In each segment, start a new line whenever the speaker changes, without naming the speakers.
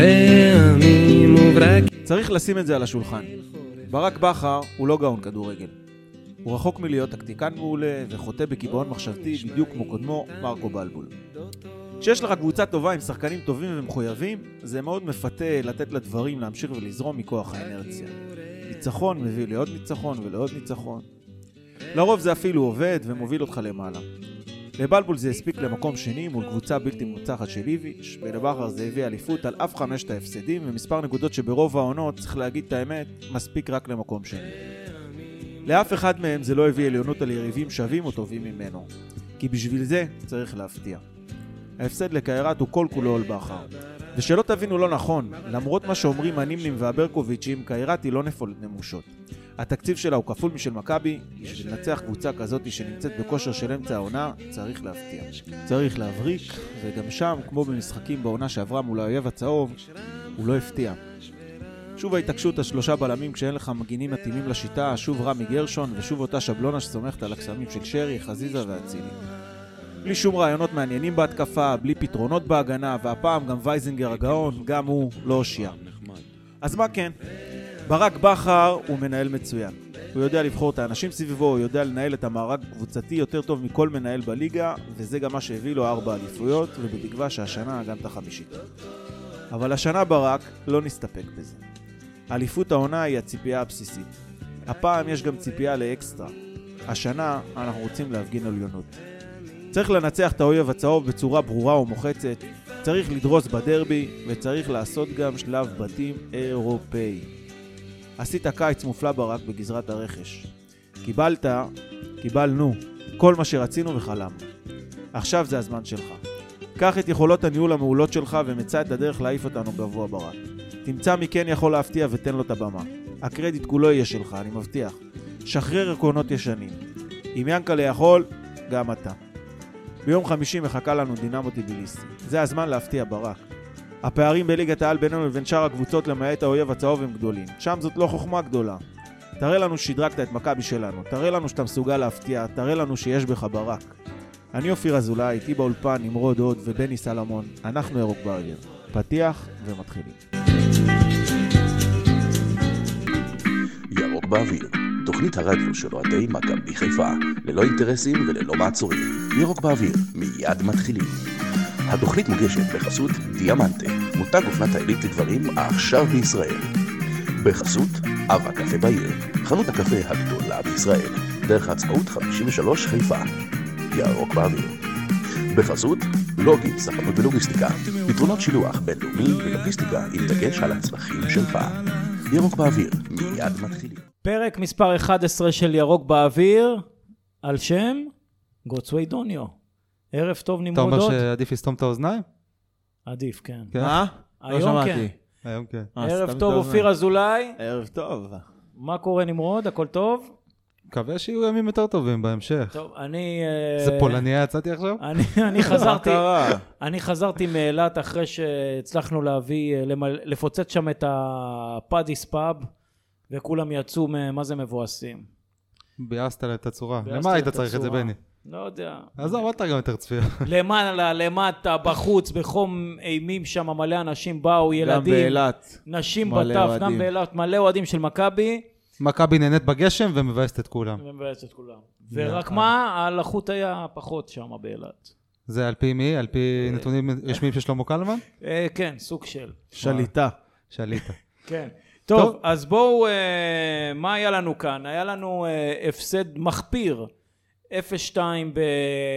רעמים וברקים.
צריך לשים את זה על השולחן. ברק בכר הוא לא גאון כדורגל. הוא רחוק מלהיות טקטיקן מעולה וחוטא בקיבעון מחשבתי בדיוק כמו קודמו, מרקו בלבול. כשיש לך קבוצה טובה עם שחקנים טובים ומחויבים, זה מאוד מפתה לתת לדברים להמשיך ולזרום מכוח האנרציה. ניצחון מביא לעוד ניצחון ולעוד ניצחון. לרוב זה אפילו עובד ומוביל אותך למעלה. לבלבול זה הספיק למקום שני מול קבוצה בלתי מנוצחת של איביץ', ולבכר זה הביא אליפות על אף חמשת ההפסדים ומספר נקודות שברוב העונות, צריך להגיד את האמת, מספיק רק למקום שני. לאף אחד מהם זה לא הביא עליונות על יריבים שווים או טובים ממנו, כי בשביל זה צריך להפתיע. ההפסד לקיירת הוא כל כולו על בכר. ושלא תבינו לא נכון, למרות מה שאומרים הנימנים והברקוביצ'ים, קיירת היא לא נפולת נמושות. התקציב שלה הוא כפול משל מכבי, בשביל לנצח קבוצה כזאת שנמצאת בכושר של אמצע העונה, צריך להפתיע. צריך להבריק, וגם שם, כמו במשחקים בעונה שעברה מול האויב הצהוב, הוא לא הפתיע. שוב ההתעקשות על שלושה בלמים כשאין לך מגינים מתאימים לשיטה, שוב רמי גרשון, ושוב אותה שבלונה שסומכת על הקסמים של שרי, חזיזה ואצילי. בלי שום רעיונות מעניינים בהתקפה, בלי פתרונות בהגנה, והפעם גם וייזינגר הגאון, גם הוא לא הושיע. אז מה כן? ברק בכר הוא מנהל מצוין. הוא יודע לבחור את האנשים סביבו, הוא יודע לנהל את המארג הקבוצתי יותר טוב מכל מנהל בליגה, וזה גם מה שהביא לו ארבע אליפויות, ובתקווה שהשנה גם את החמישית. אבל השנה ברק לא נסתפק בזה. אליפות העונה היא הציפייה הבסיסית. הפעם יש גם ציפייה לאקסטרה. השנה אנחנו רוצים להפגין עליונות. צריך לנצח את האויב הצהוב בצורה ברורה ומוחצת, צריך לדרוס בדרבי, וצריך לעשות גם שלב בתים אירופאי. עשית קיץ מופלא ברק בגזרת הרכש. קיבלת, קיבלנו, כל מה שרצינו וחלמנו. עכשיו זה הזמן שלך. קח את יכולות הניהול המעולות שלך ומצא את הדרך להעיף אותנו גבוה ברק. תמצא מי כן יכול להפתיע ותן לו את הבמה. הקרדיט כולו יהיה שלך, אני מבטיח. שחרר עקרונות ישנים. אם ינקלה יכול, גם אתה. ביום חמישי מחכה לנו דינמו טיביליסטי. זה הזמן להפתיע ברק. הפערים בליגת העל בינינו לבין שאר הקבוצות למעט האויב הצהוב הם גדולים. שם זאת לא חוכמה גדולה. תראה לנו ששדרגת את מכבי שלנו, תראה לנו שאתה מסוגל להפתיע, תראה לנו שיש בך ברק. אני אופיר אזולאי, איתי באולפן נמרוד הוד ובני סלמון, אנחנו ירוק ברגר. פתיח ומתחילים.
ירוק באוויר, תוכנית הרדיו של אוהדי מכבי חיפה, ללא אינטרסים וללא מעצורים. ירוק באוויר, מיד מתחילים. התוכנית מוגשת בחסות דיאמנטה, מותג אופנת העילית לגברים העכשיו בישראל. בחסות אב הקפה בעיר, חנות הקפה הגדולה בישראל, דרך העצמאות 53 חיפה. ירוק באוויר. בחסות לוגי, ספנות ולוגיסטיקה, פתרונות שילוח בינלאומי ולוגיסטיקה עם דגש על הצרכים של פעם. ירוק באוויר, מיד מתחילים.
פרק מספר 11 של ירוק באוויר, על שם גוצווי דוניו. ערב טוב
אתה אומר
נמרודות.
שעדיף לסתום את האוזניים?
עדיף, כן.
כן.
מה?
היום כן.
היום כן.
אה,
ערב
סתם
טוב,
מתאזן.
אופיר אזולאי.
ערב טוב.
מה קורה, נמרוד? הכל טוב?
מקווה שיהיו ימים יותר טובים בהמשך.
טוב, אני... אה,
איזה פולניה יצאתי עכשיו?
אני- אני חזרתי...
מה קרה?
אני חזרתי מאילת אחרי שהצלחנו להביא, אה, למל- לפוצץ שם את הפאדיס פאב, וכולם יצאו, מ- מה זה מבואסים.
ביאסת לה את הצורה.
ביאסתי
למה היית
את
צריך את זה,
הצורה.
בני?
לא יודע.
עזוב, אל תרגם יותר צפייה.
למעלה, למטה, בחוץ, בחום אימים שם, מלא אנשים באו, ילדים.
גם באילת.
נשים
מלא
בטף,
אוהדים.
גם באילת, מלא אוהדים של מכבי,
מכבי נהנית בגשם ומבאסת את כולם.
ומבאס את כולם.
אה.
ורק מה, הלחות היה פחות שם באילת.
זה על פי מי? על פי נתונים רשמיים של שלמה קלמן?
אה, כן, סוג של.
שליטה.
שעלית.
כן. טוב,
טוב.
אז בואו, אה, מה היה לנו כאן? היה לנו אה, הפסד מחפיר. 0-2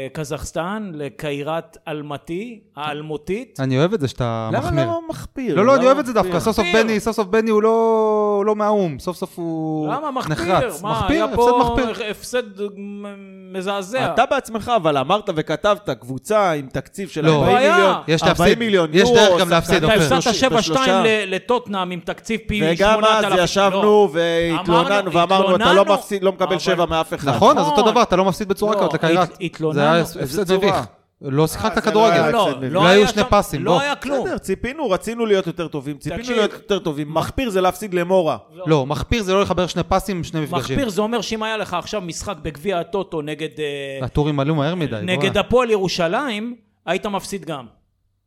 בקזחסטן לקיירת אלמתי, האלמותית.
אני אוהב את זה שאתה
למה
מחמיר.
לא מחפיר?
לא, לא, אני
למה
אוהב את זה דווקא.
מחפיר?
סוף סוף
מחפיר.
בני, סוף סוף בני הוא לא- הוא לא מהאו"ם. סוף סוף הוא נחרץ.
למה מחפיר? מה, היה
הפסד
פה
מחפיר.
הפסד מ- מזעזע.
אתה בעצמך אבל אמרת וכתבת קבוצה עם תקציב של
לא.
40
בעיה.
מיליון,
יש
40
להפסיד.
מיליון
יש
יורו,
דרך גם להפסיד,
שחקן
אתה
אופיר.
בשלוש-
הפסדת 7-2
בשלושה.
ל- לטוטנאם עם תקציב פי 8,000.
וגם אז ישבנו והתלוננו
אמרנו,
ואמרנו, אתה לא
התלוננו,
מפסיד, לא מקבל
אבל-
שבע מאף אחד.
נכון, אז
נכון.
אותו דבר, אתה לא מפסיד בצורה
לא,
כזאת לקיירת.
הת- התלוננו.
זה היה
איזה
הפסד
צורה?
מביך. לא שיחקת
זה לא היה
כדורגל.
הפסד
לא,
מביך.
לא
אולי
היה
היו שני
שם-
פסים,
לא
בוא.
היה כלום.
בסדר, ציפינו, רצינו להיות יותר טובים, ציפינו
תקשיב.
להיות יותר טובים. מחפיר זה להפסיד למורה.
לא, מחפיר זה לא לחבר שני פסים עם שני מפגשים.
מחפיר זה אומר שאם היה לך עכשיו משחק בגביע הטוטו נגד, אה,
הטורים עלו מהר מדי.
נגד
בוא'נה.
הפועל ירושלים, היית מפסיד גם.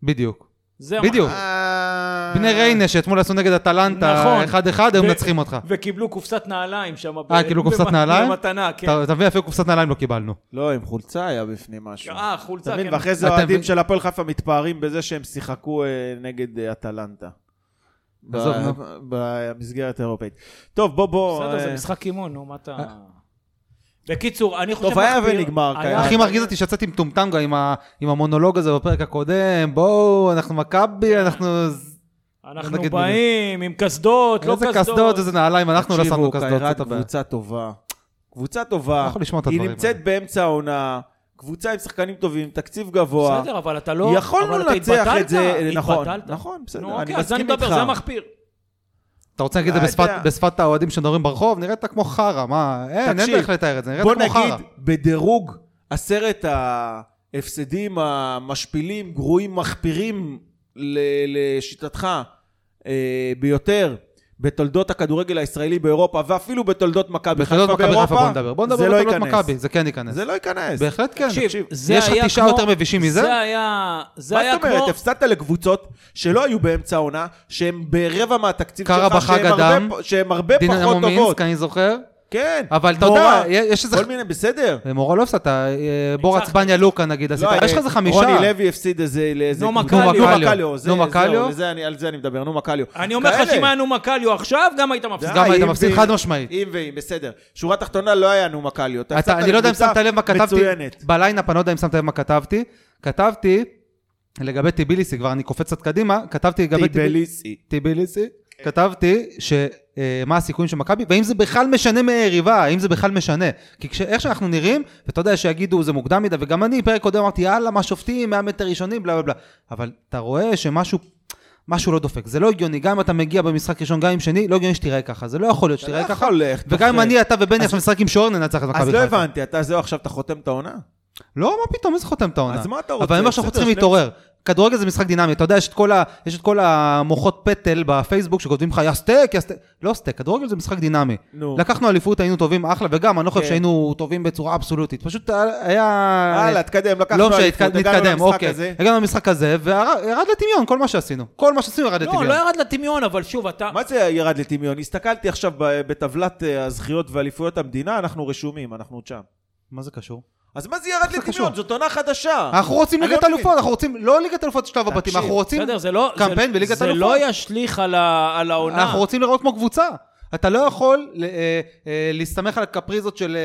בדיוק.
זה
בדיוק.
אה.
בני
אה.
ריינה שאתמול עשו נגד
נכון.
אטלנטה 1-1, היום
ו- אה,
מנצחים אותך.
וקיבלו קופסת נעליים שם. ב-
אה, כאילו קופסת
במ-
נעליים?
במתנה, כן.
אתה- אתה מבין, אפילו קופסת נעליים לא קיבלנו.
לא, עם חולצה היה בפנים משהו.
אה, חולצה,
אתה
כן.
מבין? ואחרי זה
אתם-
האוהדים של הפועל חיפה מתפארים בזה שהם שיחקו אה, נגד אה, אטלנטה.
עזוב,
ב-
נו.
במסגרת האירופאית. טוב, בוא, בוא.
בסדר, זה
אה,
משחק אימון, נו, מה אתה... בקיצור, אני חושב...
טוב, היה
מחפיר-
ונגמר,
היה-
כן.
הכי מרגיז אותי שיצאתי מטומטם גם עם ה- עם המונולוג הזה בפרק הקודם, בואו, אנחנו מכבי, אנחנו... לא
אנחנו
נגיד
באים עם קסדות, לא
איזה
קסדות.
קסדות, איזה נעליים, אנחנו לא
תקשיבו,
שמנו קסדות,
קיירת
זאת הבעיה.
קבוצה טובה. קבוצה טובה.
לא יכול לשמוע את
היא
הדברים
נמצאת
האלה.
באמצע העונה, קבוצה עם שחקנים טובים, תקציב גבוה.
בסדר, אבל אתה לא...
יכולנו
אבל אתה
לנצח את זה,
התבטלת,
נכון,
התבטלת.
נכון, בסדר,
נו,
אני
אוקיי, אז אני
מסכים
מדבר,
איתך.
זה המחפיר.
אתה רוצה להגיד את
אה,
זה בשפת-
אתה-
בשפת האוהדים שמדברים ברחוב? נראית כמו חרא, מה? אין, אין
תקשיב,
דרך לתאר את זה, נראית
בוא
כמו חרא.
נגיד, בדירוג עשרת ההפסדים המשפילים, גרועים, מחפירים ל- לשיטתך אה, ביותר בתולדות הכדורגל הישראלי באירופה, ואפילו בתולדות מכבי
בתולדות
חיפה
מכבי חיפה
באירופה,
בוא נדבר. בוא נדבר
זה לא
בתולדות
ייכנס.
מכבי, זה כן ייכנס.
זה לא ייכנס.
בהחלט כן.
תקשיב, זה היה
יש
כמו...
לך תשעה יותר מבישים מזה?
זה היה... זה
מה
היה
זאת
כמו...
אומרת? הפסדת לקבוצות שלא היו באמצע העונה, שהן ברבע מהתקציב שלך,
קרה בחג
שהן הרבה
אדם.
פ- שהן הרבה
דין
פחות טובות.
מומינסק, אני זוכר.
כן.
אבל אתה
מורה,
יודע, יש איזה...
כל מיני, בסדר.
מורה לא הפסדת, אה, בור
ניצחתי.
עצבניה לוקה נגיד, עשית,
לא,
יש לך איזה
אה,
חמישה.
רוני לוי הפסיד איזה... לאיזה
נומה
קבוצה.
קליו.
נומה קליו. זה-
נומה
זהו,
קליו?
לזה אני- על זה אני מדבר, נומה קליו.
אני אומר לך
כאלה. אה,
שאם היה נומה קליו עכשיו, גם היית מפסיד. לא,
גם
די,
היית
אם
מפסיד
ואם-
חד משמעית.
אם ואם, בסדר. שורה תחתונה לא היה נומה קליו. אתה
אתה,
הפסדת
אני לא יודע אם
לקבוצה
שמת לב מה כתבתי,
מצוינת.
בליינאפ, אני לא יודע אם שמת לב מה כתבתי, כתבתי לגבי טיביליסי, כבר אני קופץ קצת קדימה, כתבתי לגבי טיביליסי,
טיבליסי.
טיביליסי
כן.
כתבתי ש... אה, מה הסיכויים של מכבי, והאם זה בכלל משנה מהיריבה, האם זה בכלל משנה. כי כש- איך שאנחנו נראים, ואתה יודע שיגידו זה מוקדם מדי, וגם אני פרק קודם אמרתי, יאללה, מה שופטים, 100 מטר ראשונים, בלה בלה בלה. אבל אתה רואה שמשהו, משהו לא דופק. זה לא הגיוני, גם אם אתה מגיע במשחק ראשון, גם אם שני, לא הגיוני שתיראה ככה. זה לא יכול להיות שתיראה
לא
ככה.
יכול, איך
וגם אם
תוכל.
אני, אתה ובני עכשיו משחק עם שוער, ננצח את מכבי
אז
חיפה.
לא הבנתי, אתה זהו עכשיו, אתה חותם את העונה?
לא, מה פתאום, איזה חותם את העונה?
אז מה אתה רוצה?
אבל אני אומר שאנחנו
בסדר,
צריכים
שני-
להתעורר. כדורגל זה משחק דינמי, אתה יודע, יש את כל, ה... יש את כל המוחות פטל בפייסבוק שכותבים לך, יא סטייק, יא סטייק. לא סטייק, כדורגל זה משחק דינמי.
נו.
לקחנו אליפות, היינו טובים אחלה, וגם אני לא חושב
כן.
שהיינו טובים בצורה אבסולוטית. פשוט היה...
הלאה, תקדם, לקחנו
לא משנה,
אליפות,
התקד-
הגענו
נתקדם,
למשחק
אוקיי.
הזה.
הגענו למשחק הזה, וירד לטמיון כל מה שעשינו. כל מה שעשינו ירד
לא,
לטמיון.
לא ירד לטמיון, אבל שוב, אתה...
מה זה ירד לטמיון? הסתכלתי עכשיו ב- בטבלת אה, הזכיות ואליפויות המדינה, אנחנו רשומים, אנחנו עוד שם.
מה זה קשור?
אז מה זה ירד
קשור?
לטמיון? זאת עונה חדשה.
אנחנו רוצים
אני
ליגת
לא מבין.
אלופות, אנחנו רוצים, לא ליגת אלופות שלב הבתים, אנחנו רוצים
בסדר, זה לא...
קמפיין
זה-
בליגת
זה
אלופות.
לא ישליך על ה- על העונה.
אה.
אנחנו רוצים לראות כמו קבוצה. אתה לא יכול ל- אה, אה, להסתמך על הקפריזות של,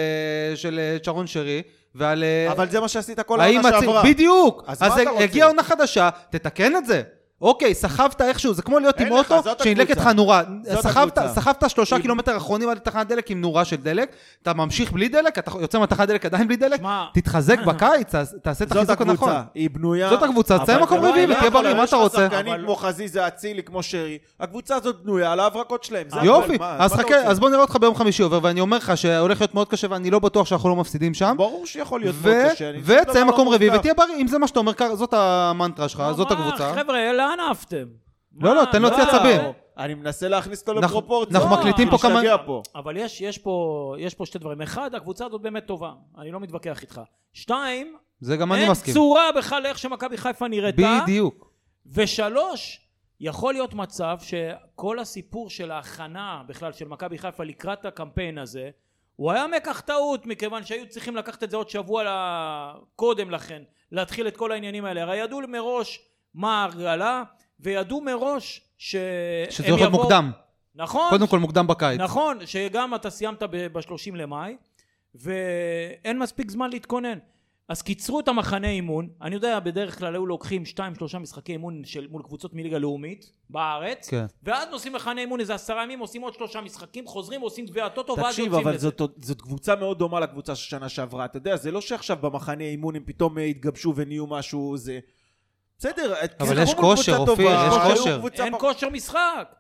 אה, של אה, שרון שרי ועל... אה,
אבל זה מה שעשית כל
האם
העונה
הצ-
שעברה.
בדיוק.
אז
אז,
מה אתה רוצה?
הגיעה עונה חדשה, תתקן את זה. אוקיי, סחבת איכשהו, זה כמו להיות
אין
עם
לך,
אוטו
זאת
שהדלקת לך
הקבוצה.
נורה.
זאת
סחבת,
הקבוצה.
סחבת שלושה קילומטר אחרונים על תחנת דלק עם נורה של דלק, אתה ממשיך בלי דלק, אתה יוצא מהתחנת דלק עדיין בלי דלק,
שמע,
תתחזק בקיץ, תעש- תעשה את
זאת
החיזוק הנכון.
הקבוצה, היא בנויה...
זאת הקבוצה,
אבל
תסיים מקום
זה לא-
רביעי
לא
ותהיה
יכול,
בריא, מה
יש
אתה
לך
רוצה?
שחקנים
אבל-
כמו חזיזה, אצילי, כמו שרי. הקבוצה הזאת בנויה על ההברקות שלהם. זה
יופי,
הכל, מה-
אז
מה אתה
חכה,
רוצה?
אז בוא נראה אותך ביום חמישי עובר, ואני אומר לך שהולך להיות מאוד קשה, ואני לא בטוח שאנחנו לא מפסידים שם.
ברור שיכול להיות
ו-
מאוד קשה. אני לא מסתכל
ותסיים
על
מקום
המאבק.
רביעי ותהיה בריא, אם זה מה שאתה אומר, כ- זאת המנטרה שלך,
מה,
זאת הקבוצה.
לא חבר'ה, לאן עפתם?
לא, לא,
מה,
תן לו
מה?
להוציא עצבים.
אני מנסה להכניס אותו
אנחנו-
לפרופורציה.
אנחנו מקליטים פה כמה-
להשתגע פה.
אבל יש, יש, פה, יש פה שתי דברים. אחד, הקבוצה הזאת באמת טובה, אני לא מתווכח איתך. שתיים,
זה גם אני
אין
מסכים.
צורה בכלל לאיך שמכבי חיפה נראתה.
בדיוק.
נכון. ושלוש, יכול להיות מצב שכל הסיפור של ההכנה בכלל של מכבי חיפה לקראת הקמפיין הזה, הוא היה מקח טעות, מכיוון שהיו צריכים לקחת את זה עוד שבוע ל- קודם לכן, להתחיל את כל העניינים האלה. הרי ידעו מראש מה ההרגלה, וידעו מראש שהם
שזה יכול להיות מוקדם.
נכון,
קודם כל מוקדם בקיץ.
נכון, שגם אתה סיימת ב-30 למאי, ואין מספיק זמן להתכונן. אז קיצרו את המחנה אימון, אני יודע בדרך כלל היו לוקחים 2-3 משחקי אימון של, מול קבוצות מליגה לאומית בארץ,
כן.
ואז נוסעים מחנה אימון איזה עשרה ימים, עושים עוד שלושה משחקים, חוזרים, עושים גביע הטוטו, ואז
תקשיב,
יוצאים
אבל
לזה.
זאת, זאת קבוצה מאוד דומה לקבוצה של שנה שעברה. אתה יודע, זה לא שעכשיו במחנה אימון הם פתאום אה, התגבשו ונהיו משהו, זה... בסדר,
אבל
שיחקו
יש
מול
כושר,
קבוצה
אופיר,
טובה,
יש
היו
כושר.
קבוצה
אין
פח-
כושר משחק.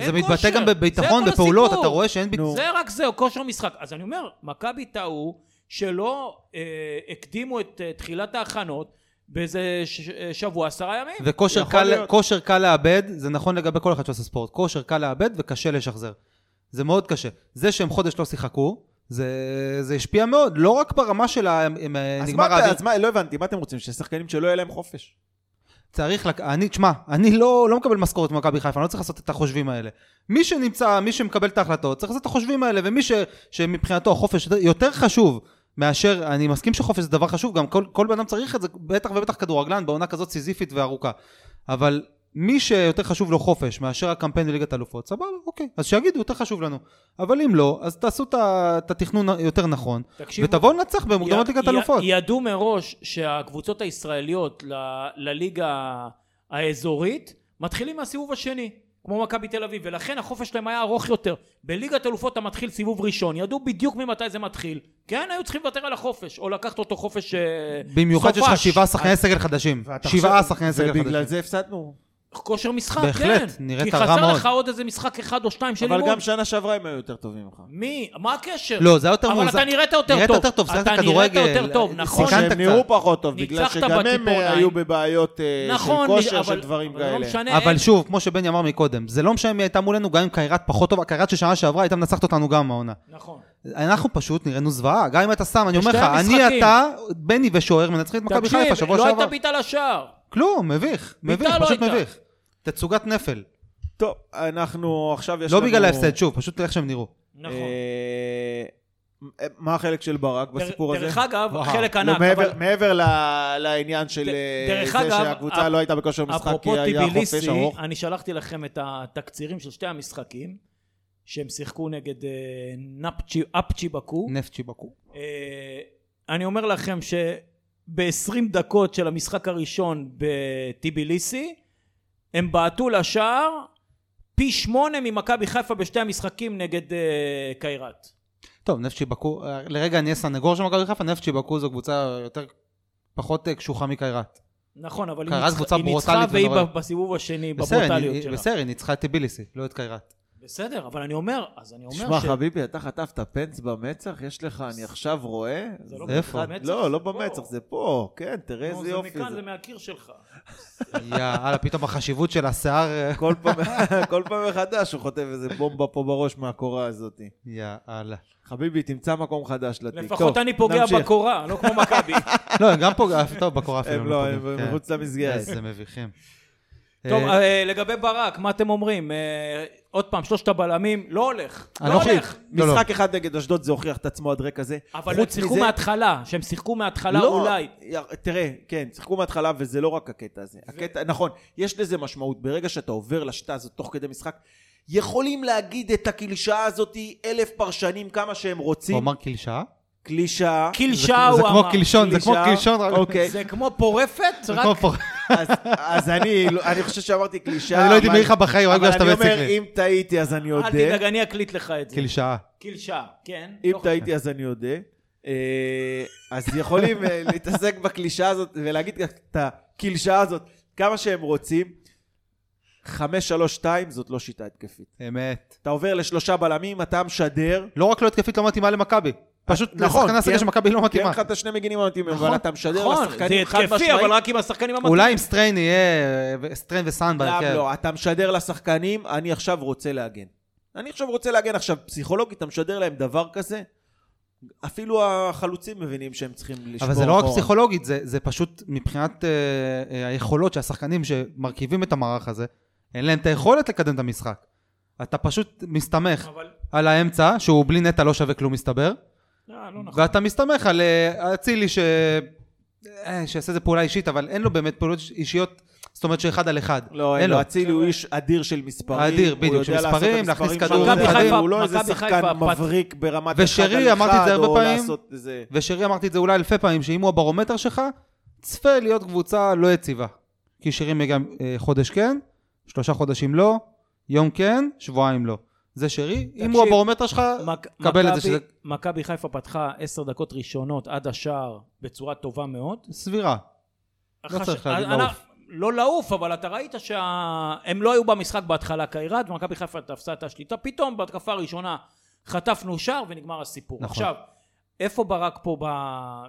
זה
אין
מתבטא
כושר.
גם בביטחון,
זה כל
בפעולות,
הסיפור.
אתה רואה שאין... ביט-
נו.
זה רק זה, כושר משחק. אז אני אומר, מכבי טעו שלא אה, הקדימו את אה, תחילת ההכנות באיזה ש- אה, שבוע, עשרה ימים.
וכושר
יכול
קל-
להיות.
כושר קל לאבד, זה נכון לגבי כל אחד שעושה ספורט. כושר קל לאבד וקשה לשחזר. זה מאוד קשה. זה שהם חודש לא שיחקו, זה, זה השפיע מאוד, לא רק ברמה של ה- אם, אה,
אז מה,
נגמר
אתה-
האוויר.
אז מה, לא הבנתי, מה אתם רוצים? ששחקנים שלא יהיה להם חופש.
צריך, לק... אני, תשמע, אני לא, לא מקבל משכורת ממכבי חיפה, אני לא צריך לעשות את החושבים האלה. מי שנמצא, מי שמקבל את ההחלטות, צריך לעשות את החושבים האלה, ומי ש... שמבחינתו החופש יותר חשוב מאשר, אני מסכים שחופש זה דבר חשוב, גם כל, כל בן אדם צריך את זה, בטח ובטח כדורגלן, בעונה כזאת סיזיפית וארוכה. אבל מי שיותר חשוב לו חופש מאשר הקמפיין בליגת אלופות, סבבה, אוקיי. אז שיגידו, יותר חשוב לנו. אבל אם לא, אז תעשו את ה- את התכנון יותר נכון,
תקשיבו,
ותבואו לנצח במוקדמות
י-
ליגת
י-
אלופות.
ידעו מראש שהקבוצות הישראליות ל- לליגה האזורית מתחילים מהסיבוב השני, כמו מכבי תל אביב, ולכן החופש שלהם היה ארוך יותר. בליגת אלופות אתה מתחיל סיבוב ראשון, ידעו בדיוק ממתי זה מתחיל. כן, היו צריכים לוותר על החופש, או לקחת אותו חופש... אה,
במיוחד שיש לך
סופש.
שבעה שחקני סגל חדשים.
ואתה
שבעה
חושב-
שחקני סגל חדשים.
ובגלל זה הפסדנו.
כושר משחק,
בהחלט,
כן.
נראית
כי
רע
חסר
מאוד.
לך עוד איזה משחק אחד או שתיים של
אבל
אימון.
גם שנה שעברה הם היו יותר טובים ממך.
מי? מה הקשר?
לא, זה היה יותר
אבל
מוזר.
אתה נראית יותר
נראית
טוב.
יותר טוב, שיחקת
אתה נראית
כדורגל.
יותר טוב, נכון.
או שהם
קצת.
נראו פחות טוב, בגלל
ניצחת
שגם הם אה,
בציפורניים.
היו בבעיות אה, של
נכון,
כושר,
אבל-
של דברים
אבל לא
כאלה.
משנה,
אבל
אין-
שוב, כמו שבני אמר מקודם, זה לא משנה מי הייתה מולנו, גם אם קיירת פחות טובה, קיירת ששנה שעברה הייתה מנצחת אותנו גם העונה.
נכון.
אנחנו פשוט נראינו זוועה, גם אם אתה שם, אני אומר לך,
בשתי
אני,
המשחקים.
אתה, בני ושוער מנצחים את מכבי חיפה
תקשיב,
שבוע
לא הייתה
שעבר.
בעיטה לשער.
כלום, מביך,
בעיטה
מביך,
לא
פשוט
הייתה.
מביך. תצוגת נפל.
טוב, אנחנו עכשיו יש
לא
לנו...
בגלל ההפסד, שוב, פשוט איך שהם נראו.
נכון.
אה, מה החלק של ברק בסיפור
דרך
הזה?
אגב,
וואו.
חלק
לא,
ענק,
מעבר-
אבל
מעבר ל- לעניין של
ד-
אה,
דרך
זה
אגב,
שהקבוצה
אפ-
לא הייתה בכושר משחק כי
אפרופו
היה חופש
טיביליסי,
ארוך.
אני שלחתי לכם את התקצירים של שתי המשחקים, שהם שיחקו נגד אה, נפצ'י אפצ'י בקו.
נפצ'י בקו.
אה, אני אומר לכם שב-20 דקות של המשחק הראשון בטיביליסי, הם בעטו לשער פי שמונה ממכבי חיפה בשתי המשחקים נגד אה, קיירת.
טוב, נפצ'י בקו, אה, לרגע אני אהיה סנגור של מכבי חיפה, נפצ'י בקו זו קבוצה יותר, פחות אה, קשוחה מקיירת.
נכון, אבל היא
קיירת
ניצחה-
קבוצה
היא ניצחה
ברוטלית
והיא
ונוראית.
בסיבוב השני,
בסדר,
בברוטליות
היא-
שלה.
בסדר, היא ניצחה את טיביליסי, לא את קיירת.
בסדר, אבל אני אומר, אז אני אומר
שמע
ש...
חביבי, אתה חטפת פנס במצח, יש לך, אני עכשיו רואה.
זה לא
איפה?
אחד-
במצח,
לא,
זה
לא
פה.
במצח, זה פה, כן, תראה
נו,
איזה
לא, זה
יופי
מכאן,
זה. אה,
זה מהקיר שלך.
יאללה, פתאום החשיבות של השיער... אה,
כל פעם, כל פעם מחדש הוא חוטף איזה בומבה פה בראש מהקורה הזאת.
יאללה.
חביבי, תמצא מקום חדש לתיק.
לפחות
טוב,
אני פוגע
נמשיך. אה.
בקורה, לא כמו מכבי.
לא, הם גם פוגע, טוב, בקורה אפילו
הם לא,
פוגעים,
הם
כן.
מחוץ למסגרת.
איזה מביכים.
טוב,
אה,
אה, לגבי ברק, מה אתם אומרים? אה, עוד פעם, שלושת הבלמים, לא הולך.
אני
לא
לא חושב-
הולך.
לא, לא.
משחק אחד נגד אשדוד זה הוכיח את עצמו עד רגע זה.
אבל הם
חוץ
שיחקו
מזה-
מההתחלה, שהם שיחקו מההתחלה
לא,
אולי.
י- תראה, כן, שיחקו מההתחלה, וזה לא רק הקטע הזה. הקטע, נכון, יש לזה משמעות. ברגע שאתה עובר לשיטה הזאת תוך כדי משחק, יכולים להגיד את הקלישאה הזאת אלף פרשנים כמה שהם רוצים.
הוא אמר קלישאה?
קלישאה.
קילשה הוא
זה
אמר.
כמו קלשון, זה כמו
אה, קלישאה,
קלשון, רק-
אוקיי.
זה כמו פורפת,
זה
רק...
כמו פה.
אז, אז אני, לא- אני חושב שאמרתי קלישאה.
אני לא הייתי
אבל-
מעיר לך בחיים, רק בגלל שאתה
אבל אני
מציק
אומר,
לי.
אם טעיתי אז אני
אל
יודע.
תדאג, אני אקליט לך את זה.
קלישאה.
קילשה, כן.
אם
לא חשוב.
טעיתי אז אני יודע. אה, אז יכולים אה, להתעסק בקלישאה הזאת ולהגיד את הקלישאה הזאת כמה שהם רוצים. 5-3-2 זאת לא שיטה התקפית.
אמת.
אתה עובר לשלושה בלמים, אתה משדר.
לא רק לא התקפית לא מתאימה למכבי. פשוט
נכון,
לשחקן הסגל
כן.
של מכבי לא
כי אין
מתאימה.
לך את השני מגינים המתאימים,
נכון,
אבל אתה משדר
אוקיי, נכון, זה
לשחקנים חד
התקפי,
משמעית.
אבל לא רק עם השחקנים המתאימים.
אולי אם סטריין יהיה, אה, סטריין וסאן
גם
בהרכב.
לא, אתה משדר לשחקנים, אני עכשיו רוצה להגן. אני עכשיו רוצה להגן עכשיו. פסיכולוגית, אתה משדר להם דבר כזה, אפילו החלוצים מבינים שהם צריכים לשבור
אבל זה לא רק
אחורה.
פסיכולוגית, זה זה פשוט מבחינת אה, אה, היכולות שהשחקנים שמרכיבים את המערך הזה, אין להם את היכולת לקדם את המשחק. אתה פשוט מסתמך
אבל...
על האמצע, שהוא בלי נטע לא שווה כלום מסתבר,
לא, לא נכון.
ואתה מסתמך על אה, אצילי ש... אה, שיעשה איזה פעולה אישית, אבל אין לו באמת פעולות אישיות, זאת אומרת שאחד על אחד.
לא, אין לו. אצילי הוא איש אדיר של מספרים.
אדיר,
הוא
בדיוק,
יודע
של
לעשות את
מספרים,
המספרים
להכניס
שלו,
כדור,
הוא
מכבי
אדיר,
חיפה-
הוא לא איזה
מכבי
שחקן
חיפה, פת-
מבריק ברמת
ושרי,
אחד על
אמרתי את
אחד,
זה הרבה
או
פעמים.
לעשות איזה-
ושרי, אמרתי את זה אולי אלפי פעמים, שאם הוא הברומטר שלך, צפה להיות קבוצה לא יציבה. כי שרי מגיע אה, חודש כן, שלושה חודשים לא, יום כן, שבועיים לא. זה שרי, אם הוא הברומטר שלך,
מק-
קבל את זה
מכבי-
שזה
מכבי חיפה פתחה עשר דקות ראשונות עד השער בצורה טובה מאוד.
סבירה. לא
חש-
צריך להגיד
אנ-
לעוף.
לא לעוף, אבל אתה ראית שהם לא היו במשחק בהתחלה קיירת, ומכבי חיפה תפסה את השליטה. פתאום בהתקפה הראשונה חטפנו שער ונגמר הסיפור.
נכון.
עכשיו, איפה ברק פה ב...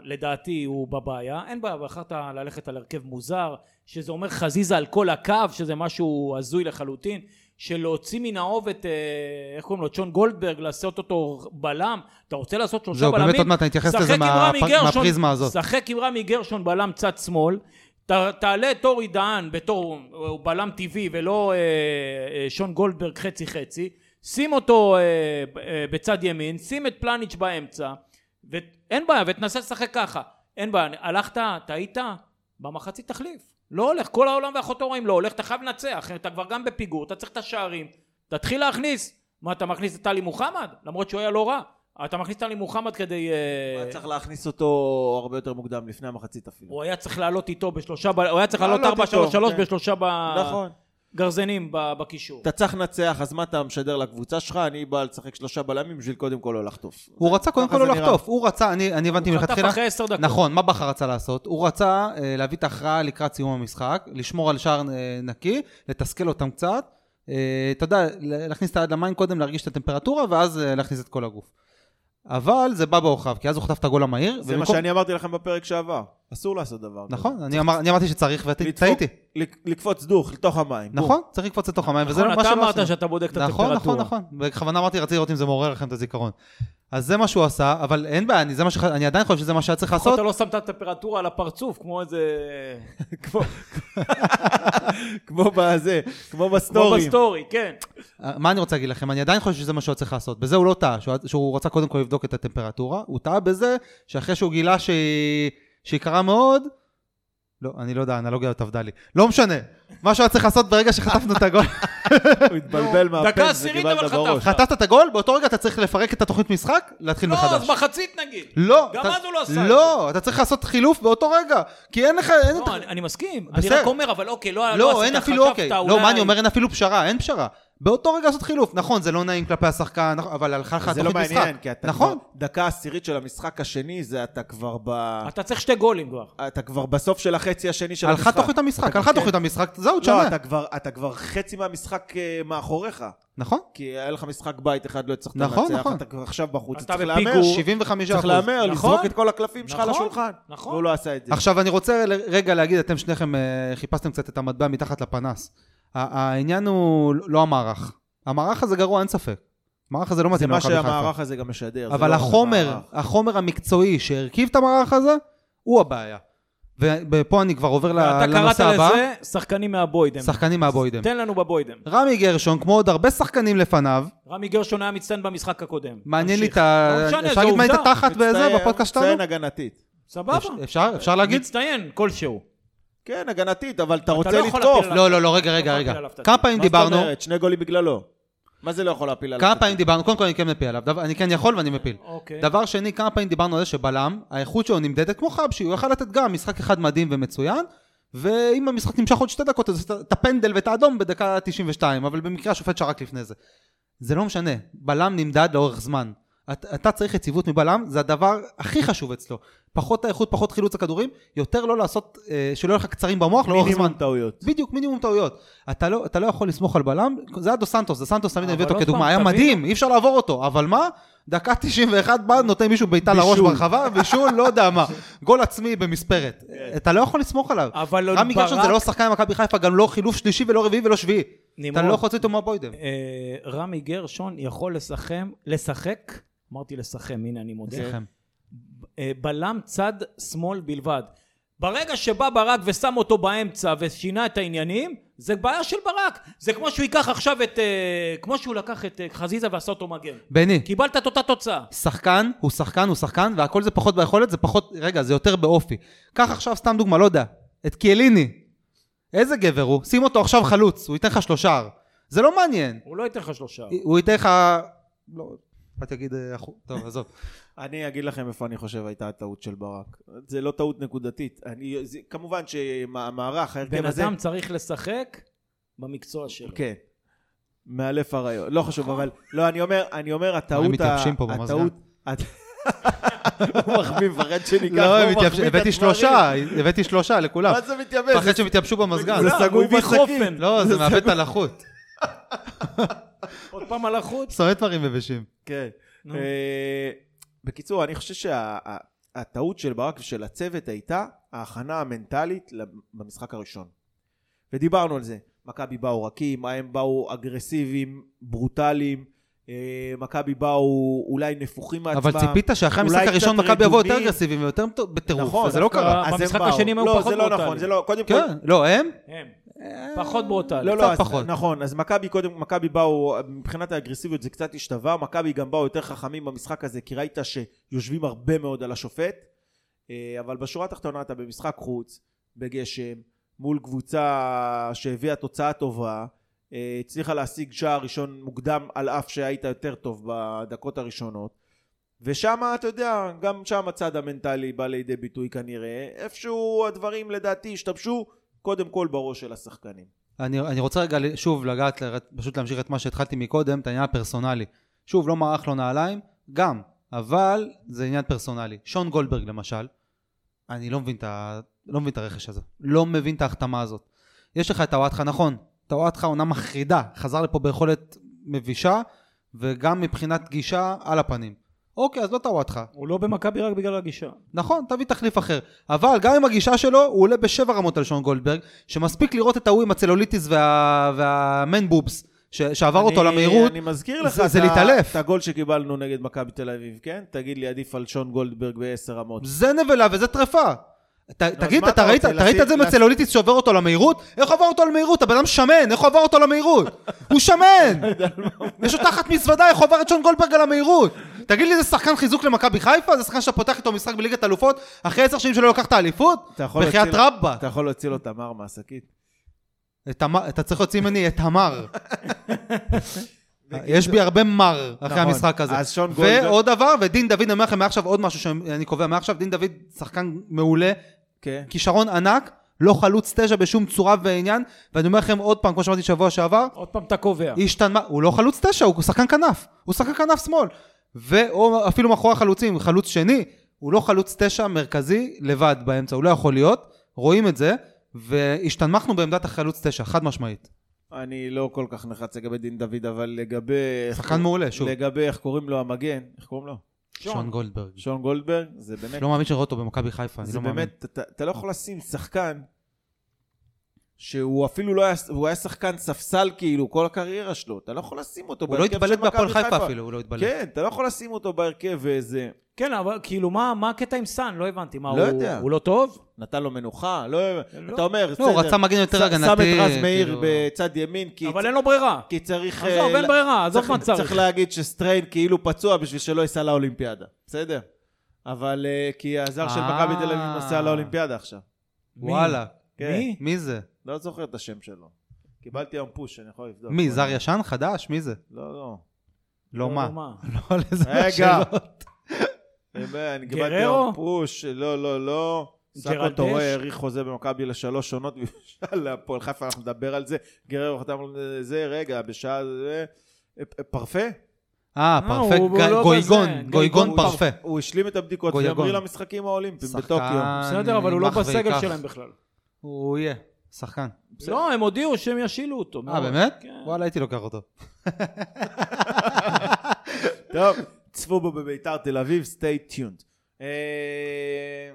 לדעתי הוא בבעיה? אין בעיה, בחרת ללכת על הרכב מוזר, שזה אומר חזיזה על כל הקו, שזה משהו הזוי לחלוטין, שלהוציא מן האוב את, אה, איך קוראים לו, את שון גולדברג, לעשות אותו בלם, אתה רוצה לעשות שלושה
זהו,
בלמים?
באמת עוד מעט אני אתייחס
שחק
לזה
עם
מה-
רמי גרשון-
מהפריזמה הזאת.
שחק עם רמי גרשון בלם צד שמאל, ת, תעלה את אורי דהן בתור הוא בלם טבעי ולא אה, אה, שון גולדברג חצי חצי, שים אותו אה, ב- אה, בצד ימין, שים את פלניץ' באמצע, ואין בעיה, ותנסה לשחק ככה, אין בעיה, הלכת, טעית, במחצית תחליף, לא הולך, כל העולם ואחותו רואים לא הולך, אתה חייב לנצח, אתה כבר גם בפיגור, אתה צריך את השערים, תתחיל להכניס, מה אתה מכניס את טלי מוחמד? למרות שהוא היה לא רע, אתה מכניס את טלי מוחמד כדי... אה,
היה צריך להכניס אותו הרבה יותר מוקדם, לפני המחצית אפילו.
הוא היה צריך לעלות איתו בשלושה, ב... הוא היה צריך
לעלות
לעלות ארבע,
איתו,
שלוש, שלוש
כן.
בשלושה
נכון.
בגרזנים, ב... בקישור.
אתה צריך לנצח, אז מה אתה משדר לקבוצה שלך? אני בא לשחק שלושה בלמים בשביל קודם כל לא לחטוף.
הוא רצה קודם
ככה
כל לא
זה נראה.
לחטוף, הוא רצה, אני אני הבנתי
הוא חטף
מלכתחילה,
אחרי עשר דקות.
נכון, מה בכר רצה לעשות? הוא רצה אה, להביא את ההכרעה לקראת סיום המשחק, לשמור על שער אה, נקי, לתסכל אותם קצת, אה, אתה יודע, ל- להכניס את היד למים קודם, להרגיש את הטמפרטורה, ואז אה, להכניס את כל הגוף. אבל זה בא בעוכריו, כי אז הוא חטף את הגול המהיר,
זה מה
ובמקום-
שאני אמרתי לכם בפרק שעבר. אסור לעשות דבר כזה.
נכון, אני אמר- אני אמרתי שצריך,
לדפוק-
וטעיתי.
לק- לקפוץ דוך לתוך המים. בום.
נכון, צריך לקפוץ לתוך המים, וזה
נכון,
מה
אתה
שלא
אמרת
עשינו.
שאתה בודק את
נכון,
הטמפרטורה.
נכון, נכון. בכוונה אמרתי, רציתי לראות אם זה מעורר לכם את הזיכרון. אז זה מה שהוא עשה, אבל אין בעיה, אני, זה מה ש... אני עדיין חושב שזה מה שהיה צריך
נכון,
לעשות.
אתה לא שם את הטמפרטורה על הפרצוף, כמו איזה...
כמו בזה, כמו
כמו
בסטורים.
בסטורי, כן.
אה, מה אני רוצה להגיד לכם? אני עדיין חושב שזה מה שהוא היה צריך לעשות. בזה הוא לא טעה, שהוא, שהוא רצה קודם כל לבדוק את הטמפרטורה. הוא טעה בזה שאחרי שהוא גילה שהיא, שהיא קרה מאוד... לא, אני לא יודע, האנלוגיה הזאת עבדה לי. לא משנה. מה שהוא היה צריך לעשות ברגע שחטפנו את הגול.
הוא התבלבל
דקה
מהפן, זה
עשירית אבל
קיבלת בראש.
חטפת.
חטפת את הגול, באותו רגע אתה צריך לפרק את התוכנית משחק, להתחיל
לא,
מחדש.
אז מחצית נגיד.
לא,
גם
אתה-
אז הוא לא עשה את
לא, אתה צריך לעשות חילוף באותו רגע, כי אין לך, אין
לא,
את-
אני אני מסכים. אני
בסדר.
רק אומר, אבל אוקיי, לא
לא,
עשית,
אין אפילו
חטפת,
אוקיי.
אולי-
לא, מה אני אומר, אין אפילו פשרה, אין פשרה. באותו רגע לעשות חילוף. נכון, זה לא נעים כלפי השחקן, נכון, אבל הלכה לך
זה לא
תוכנית משחק.
מעניין, כי אתה
נכון.
כבר דקה עשירית של המשחק השני, זה אתה כבר ב...
אתה צריך שתי גולים כבר.
אתה כבר בסוף של החצי השני של המשחק.
הלכה תוכנית המשחק,
אתה
הלכה
כבר-
תוכנית המשחק, זהו,
לא,
תשנה.
אתה כבר, אתה כבר חצי מהמשחק אה, מאחוריך.
נכון,
כי היה לך משחק בית אחד, לא הצלחת לנצח.
נכון, נכון.
אתה כבר עכשיו בחוץ,
אתה
צריך
בפיגור.
להמר.
75
צריך
אחוז.
להמר,
נכון.
לזרוק את כל הקלפים שלך
נכון,
לשולחן.
נכון.
והוא לא עשה את זה.
עכשיו אני רוצה ל- רגע להגיד, אתם שניכם אה, חיפשתם קצת את המטבע מתחת לפנס. ה- העניין הוא לא המערך. המערך הזה גרוע, אין ספק. המערך הזה לא
זה
מתאים
מה
למכבי חיפה.
שהמערך הזה גם משדר. זה
אבל
לא
החומר,
המערך.
החומר המקצועי שהרכיב את המערך הזה, הוא הבעיה. ופה אני כבר עובר ל-
אתה קראת
אה, לנושא הבא,
לזה שחקנים מהבוידם.
שחקנים מהבוידם.
תן לנו בבוידם.
רמי גרשון, כמו עוד הרבה שחקנים לפניו,
רמי גרשון היה מצטיין במשחק הקודם.
מעניין לי
תמשיך.
את ה...
לא משנה,
אפשר
זו
להגיד מעניין את
עובדה.
התחת וזה
מצטיין,
בפודקאסט שלנו?
מצטיין הגנתית.
סבבה.
אפ- אפשר? אפשר להגיד?
מצטיין כלשהו.
כן, הגנתית, אבל אתה רוצה
לא יכול
לתקוף.
להפיל עליו.
לא, לא, לא, רגע, רגע,
לא
רגע.
יכול להפיל עליו
כמה
את
פעמים
מה זאת
דיברנו,
אומרת? שני גולים בגללו. מה זה לא יכול להפיל עליו?
כמה פעמים דיברנו, קודם כל אני כן מפיל עליו, דבר- אני כן יכול ואני מפיל.
אוקיי.
דבר שני, כמה פעמים דיברנו על זה שבלם, האיכות שלו נמדדת כמו חבשי, הוא יכל לתת גם משחק אחד מדהים ומצוין, ואם המשחק נמשך עוד שתי דקות, אז עשית את הפנדל ואת האדום בדקה 92, אבל במקרה השופט שרק לפני זה. זה לא משנה, בלם נמדד לאורך זמן. אתה, אתה צריך יציבות מבלם, זה הדבר הכי חשוב אצלו. פחות האיכות, פחות חילוץ הכדורים, יותר לא לעשות, אה, שלא יהיו לך קצרים במוח לאורך זמן.
מינימום טעויות.
בדיוק, מינימום טעויות. אתה לא, אתה לא יכול לסמוך על בלם, זה היה דו סנטוס, דו סנטוס תמיד אני מביא
אבל
אותו
עוד
כדוגמה,
פעם,
היה
תבין-
מדהים, אי אפשר לעבור אותו, אבל מה? דקה 91 בא, נותן מישהו בעיטה לראש
בישול.
ברחבה, בישול, לא יודע מה. גול עצמי במספרת. אתה לא יכול לסמוך עליו.
כן. אבל לא
רמי גרשון זה
ברק-
לא שחקן במכבי חיפה, גם לא חילוף שלישי ולא רביעי ולא שביעי.
נמרוד.
אתה לא יכול לצאת אותו מהבוידם.
אה, רמי גרשון יכול לשחם, לשחק, אמרתי לשחם, הנה אני מודה,
אצלכם.
אה, בלם צד שמאל בלבד. ברגע שבא ברק ושם אותו באמצע ושינה את העניינים, זה בעיה של ברק. זה כמו שהוא ייקח עכשיו את... אה, כמו שהוא לקח את אה, חזיזה ועשה אותו מגן.
בני,
קיבלת את אותה תוצאה.
שחקן הוא שחקן הוא שחקן, והכל זה פחות ביכולת, זה פחות, רגע, זה יותר באופי. קח עכשיו סתם דוגמה, לא יודע, את קיאליני. איזה גבר הוא? שים אותו עכשיו חלוץ, הוא ייתן לך שלושה. זה לא מעניין.
הוא לא ייתן לך שלושה.
הוא ייתן לך... לא, באתי להגיד... אה, אחו- טוב, עזוב.
אני אגיד לכם איפה אני חושב הייתה הטעות של ברק. זה לא טעות נקודתית. אני, זה, כמובן שהמערך, ההרכב
בן
הזה...
אדם צריך לשחק במקצוע שלו.
כן. מאלף עריות. לא
נכון.
חשוב, אבל... לא, אני אומר, אני אומר, הטעות...
הם מתייבשים פה
ה-
במזגן.
הטעות- הט- הוא מחביא, מפחד שניקח,
לא,
הוא
הם
מחביא את
התייבשו, הבאתי
הדברים.
שלושה, הבאתי שלושה לכולם.
מה זה מתייבש?
אחרי שהם התייבשו במזגן.
זה
לא,
סגור
הוא הביא
בשקית.
חופן.
לא, זה מאבד את הלחות.
עוד פעם על החוץ.
שונא דברים יבשים.
כן. אה, בקיצור, אני חושב שהטעות של ברק ושל הצוות הייתה ההכנה המנטלית למ- במשחק הראשון. ודיברנו על זה. מכבי באו רכים, הם באו אגרסיביים, ברוטליים, אה, מכבי באו אולי נפוחים מעצמם.
אבל ציפית שאחרי
אולי
המשחק
קצת
הראשון מכבי יבואו יותר
רדומים.
אגרסיביים ויותר בטירוף,
נכון,
וזה לא
דווקא
קרה.
אז הם
במשחק
באו.
השני הם היו פחות
לא, זה לא
ברוטליים.
נכון, זה לא, קודם כל,
כן, לא, הם?
הם. פחות ברוטלי.
לא,
קצת
לא, אז,
פחות.
נכון, אז מכבי קודם, מכבי באו, מבחינת האגרסיביות זה קצת השתווה, מכבי גם באו יותר חכמים במשחק הזה, כי ראית שיושבים הרבה מאוד על השופט, אה, אבל בשורה התחתונה אתה במשחק חוץ, בגשם, מול קבוצה שהביאה תוצאה טובה, אה, הצליחה להשיג שער ראשון מוקדם, על אף שהיית יותר טוב בדקות הראשונות. ושם אתה יודע, גם שם הצד המנטלי בא לידי ביטוי כנראה, איפשהו הדברים לדעתי השתבשו קודם כל בראש של השחקנים.
אני, אני רוצה רגע ל- שוב לגעת, ל- פשוט להמשיך את מה שהתחלתי מקודם, את העניין הפרסונלי. שוב, לא מערך לו נעליים, גם, אבל זה עניין פרסונלי. שון גולדברג למשל, אני לא מבין את, ה, לא מבין את הרכש הזה, לא מבין את ההחתמה הזאת. יש לך את הוואטחה, נכון, את הוואטחה עונה מחרידה, חזר לפה ביכולת מבישה, וגם מבחינת גישה על הפנים. אוקיי, אז לא את הוואטחה,
הוא לא במכבי רק בגלל הגישה.
נכון, תביא תחליף אחר. אבל גם עם הגישה שלו, הוא עולה בשבע רמות על שון גולדברג, שמספיק לראות את ההוא עם הצלוליטיס וה... והמן בובס, ש... שעבר
אני-
אותו למהירות.
אני מזכיר
זה-
לך
זה
את ה-
להתעלף.
את הגול שקיבלנו נגד מכבי תל אביב, כן? תגיד לי, עדיף על שון גולדברג בעשר רמות.
זה נבלה וזה טרפה. ת, תגיד,
לא, מה
אתה
אתה
ראית,
רוצה,
אתה ראית את זה
לשים-
עם הצלוליטיס שעובר אותו למהירות? איך הוא עבר אותו למהירות? הבן אדם שמן, איך הוא עבר אותו למהירות? הוא שמן!
לא,
יש לו תחת מזוודה, איך הוא עבר את שון גולדברג על המהירות? תגיד לי, זה שחקן חיזוק למכבי חיפה? זה שחקן שאתה פותח איתו משחק בליגת אלופות, אחרי עשר שנים שלא לקח את האליפות?
אתה יכול
בחייאת
להוציא-
רבאק.
אתה יכול להוציא לו את המר מהשקית.
את המ- אתה צריך להוציא ממני את המר. יש בי הרבה מר אחרי
נכון.
המשחק הזה.
אז שון גולדברג-
ועוד דבר, ודין דוד, אני אומר לכם מעכשיו עוד משהו שאני קובע מעכשיו, דין דוד שחקן מעולה,
כן.
כישרון ענק, לא חלוץ תשע בשום צורה ועניין, ואני אומר לכם עוד פעם, כמו שאמרתי שבוע שעבר,
עוד פעם אתה קובע.
היא השתנמה, הוא לא חלוץ תשע, הוא שחקן כנף, הוא שחקן כנף שמאל. ואו אפילו מאחורי החלוצים, חלוץ שני, הוא לא חלוץ תשע מרכזי לבד באמצע, הוא לא יכול להיות, רואים את זה, והשתנמכנו בעמדת החלוץ תשע, חד משמעית.
אני לא כל כך נחרץ לגבי דין דוד, אבל לגבי...
שחקן מעולה, שוב.
לגבי איך קוראים לו המגן, איך קוראים לו?
שון גולדברג.
שון גולדברג, זה באמת...
לא מאמין שאני רואה אותו במכבי חיפה, אני
זה
לא מאמין.
באמת, אתה- אתה לא יכול לשים שחקן שהוא אפילו לא היה, הוא היה שחקן ספסל כאילו כל הקריירה שלו, אתה לא יכול לשים אותו
הוא לא
בהרכב של
התבלט
מכבי
בהפועל חיפה אפילו, הוא לא התבלט.
כן, אתה לא יכול לשים אותו בהרכב ואיזה...
כן, אבל כאילו, מה מה הקטע עם סאן? לא הבנתי. מה,
לא
הוא-
יודע.
הוא לא טוב?
נתן לו מנוחה, לא,
לא.
אתה אומר,
לא, הוא רצה מגן יותר
ש-
הגנתי,
שם את רז מאיר
כאילו.
בצד ימין, כי,
אבל אין לו ברירה.
כי צריך... אה,
עזוב, אין
לה-
ברירה, עזוב
צריך-
מה צריך.
צריך להגיד שסטריין כאילו פצוע בשביל שלא ייסע לאולימפיאדה, בסדר? אבל אה, כי הזר של
אה.
מכבי תל אביב נוסע לאולימפיאדה עכשיו.
מי?
וואלה,
כן.
מי?
מי זה?
לא זוכר את השם שלו. קיבלתי היום פוש, אני יכול לבדוק.
מי, זר ישן? חדש? מי זה?
לא, לא.
לא
לא,
מה.
לא, מה.
לא לזה
רגע.
השאלות.
אה, אני קיבלתי
גררו?
היום פוש, לא, לא, לא. סאקו
ג'רלדש?
טורה האריך חוזה במכבי לשלוש עונות, ויאללה, הפועל חיפה, אנחנו נדבר על זה. גררו חתם על זה, רגע, בשעה זה... אה, פרפה?
אה,
לא,
פרפה,
הוא- הוא
גא-
לא בזה.
גויגון, גויגון
גויגון
פרפה.
הוא השלים את הבדיקות,
גויגון.
וימריא למשחקים האולימפיים
כן. שחקן
בטוקיו.
בסדר, אבל הוא לא
ימח
בסגל
ויקח.
שלהם בכלל.
הוא יהיה, שחקן.
לא, הם הודיעו שהם ישילו אותו.
אה,
מאוד.
באמת?
כן.
וואלה, הייתי לוקח אותו.
טוב, צפו בו בביתר תל אביב, stay tuned. אה,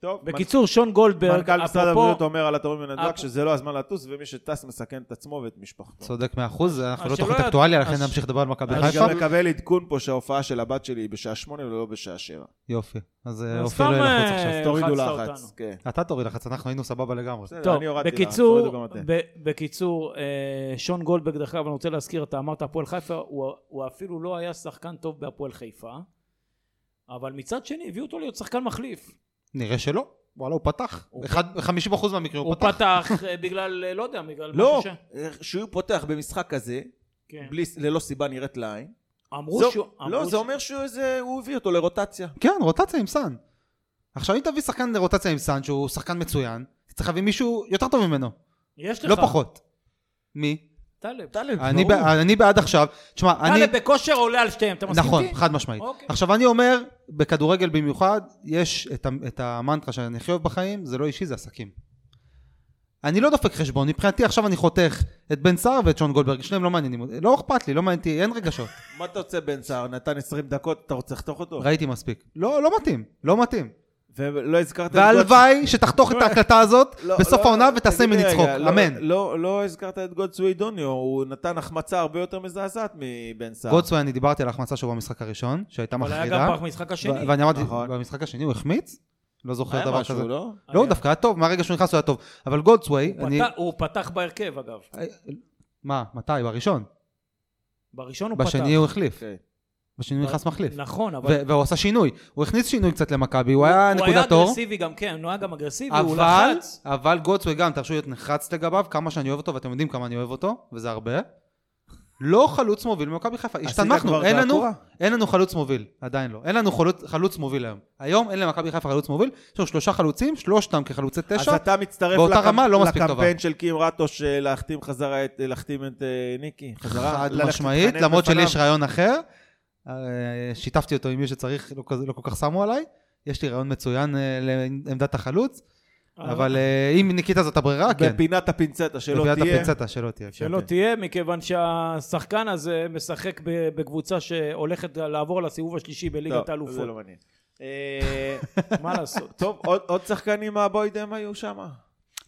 טוב,
בקיצור, שון גולדברג,
מנכ"ל משרד הבריאות
אפרופו...
אומר על התורמים לנדל"ק
אפרופו-
שזה לא הזמן לטוס, ומי שטס מסכן את עצמו ואת משפחתו.
צודק מאה אחוז, אנחנו
אז
לא
אה, שלא
תוכנית
יד-
אקטואליה, לכן
אז-
נמשיך לדבר על מכבי
אה,
אני
חיפה.
גם מקבל עדכון פה שההופעה של הבת שלי היא בשעה שמונה ולא בשעה שבע.
יופי, אז
אז
אה, אופיר
סתם,
לא ילחוץ
אה,
עכשיו.
תורידו
לחצת
לחץ.
אותנו.
כן.
אתה תוריד לחץ, אנחנו היינו סבבה לגמרי.
בסדר,
טוב,
אני הורדתי לחץ,
בקיצור,
תורידו גם אתם.
ב- בקיצור, אה, שון גולדברג, דרך אגב, אני רוצה להזכיר, אתה אמרת הפועל חיפה, הוא- הוא אפילו לא היה שחקן טוב בהפועל חיפה, אבל מצד שני הביאו אותו להיות שחקן מחליף.
נראה שלא. וואלה, הוא פתח.
הוא
אחד- 50% מהמקרים
הוא
הוא פתח.
פתח אה, בגלל, אה, לא יודע, בגלל...
לא,
משהו ש-
שהוא פותח במשחק כזה,
כן.
בלי- ללא סיבה נראית לעין.
אמרו
זו-
שהוא...
לא,
אמרו
זה
ש-
אומר שהוא איזה- הוא הביא אותו לרוטציה.
כן, רוטציה עם סאן. עכשיו אם תביא שחקן לרוטציה עם סאן, שהוא שחקן מצוין, אתה צריך להביא מישהו יותר טוב ממנו,
יש לך.
לא פחות. מי?
טלב.
טלב,
אני, ב,
ברור.
אני בעד עכשיו, תשמע, אני...
טלב בכושר עולה על שתיהם, אתה מסכים
נכון,
איתי?
חד משמעית.
אוקיי.
עכשיו אני אומר, בכדורגל במיוחד, יש את, ה- את המנטרה שאני הכי אוהב בחיים, זה לא אישי, זה עסקים. אני לא דופק חשבון, מבחינתי עכשיו אני חותך את בן סער ואת שון גולדברג, שניהם לא מעניינים אותי, לא אכפת לי, לא מעניין אותי, אין רגשות,
מה אתה רוצה בן סער? נתן 20 דקות, אתה רוצה לחתוך אותו?
ראיתי מספיק. לא, לא מתאים, לא מתאים.
ולא הזכרת... את
והלוואי שתחתוך את ההקלטה הזאת
גוד- לא,
בסוף
לא,
העונה ותעשה
תגיד לי
ממני
רגע,
צחוק,
לא-
אמן.
לא- לא הזכרת את גודסווי דוניו, הוא נתן החמצה הרבה יותר מזעזעת מבן סער.
גודסווי, אני דיברתי על ההחמצה שלו במשחק הראשון, שהייתה
אבל היה
מחרידה,
גם במשחק השני.
ו- ואני אמרתי,
נכון.
במשחק השני הוא החמיץ? לא זוכר
היה
דבר
משהו,
כזה.
לא?
לא, הוא
היה.
דווקא היה טוב, מהרגע שהוא נכנס הוא היה טוב. אבל גולדסווי,
הוא
אני...
פתח- הוא פתח בהרכב אגב.
מה, מתי? בראשון.
בראשון הוא פתח.
בשני הוא החליף.
אוקיי.
בשני הוא נכנס מחליף.
נכון, אבל
ו- והוא עשה שינוי. הוא הכניס שינוי קצת למכבי, לא, הוא היה נקודת
הוא היה
אור.
אגרסיבי גם כן, הוא היה גם אגרסיבי, הוא
אבל,
לחץ.
אבל גולדסווי גם, תרשו לי להיות נחרץ לגביו, כמה שאני אוהב אותו, ואתם יודעים כמה אני אוהב אותו, וזה הרבה. לא חלוץ מוביל במכבי חיפה,
עשית
השתנמכנו,
כבר
אין לנו,
געגוע?
אין לנו חלוץ מוביל, עדיין לא, אין לנו חלוץ, חלוץ מוביל היום. היום אין למכבי חיפה חלוץ מוביל, יש לנו שלושה חלוצים, שלושתם כחלוצי
אז
תשע,
אתה מצטרף
באותה
לקמפ-
רמה לא מספיק טובה.
לקמפיין של קים רטוש אה, להחתים חזרה את, להחתים את אה, ניקי. חזרה.
חד
ללכת
משמעית,
להתחנן
למרות שלי
בפניו.
יש רעיון אחר, אה, שיתפתי אותו עם מי שצריך, לא כזה- לא כל כך שמו עליי, יש לי רעיון מצוין אה, לעמדת החלוץ, אבל אה, אם ניקיטה זאת הברירה, כן.
בפינת הפינצטה שלא
בפינת
תהיה.
הפינצטה, שלא תהיה. כן,
שלא
כן.
תהיה, מכיוון שהשחקן הזה משחק ב- בקבוצה שהולכת לעבור לסיבוב השלישי בליגת
טוב, זה
האלופות.
לא מעניין.
אה, מה לעשות?
טוב, עוד- עוד שחקנים מהבוידם היו שם? אה,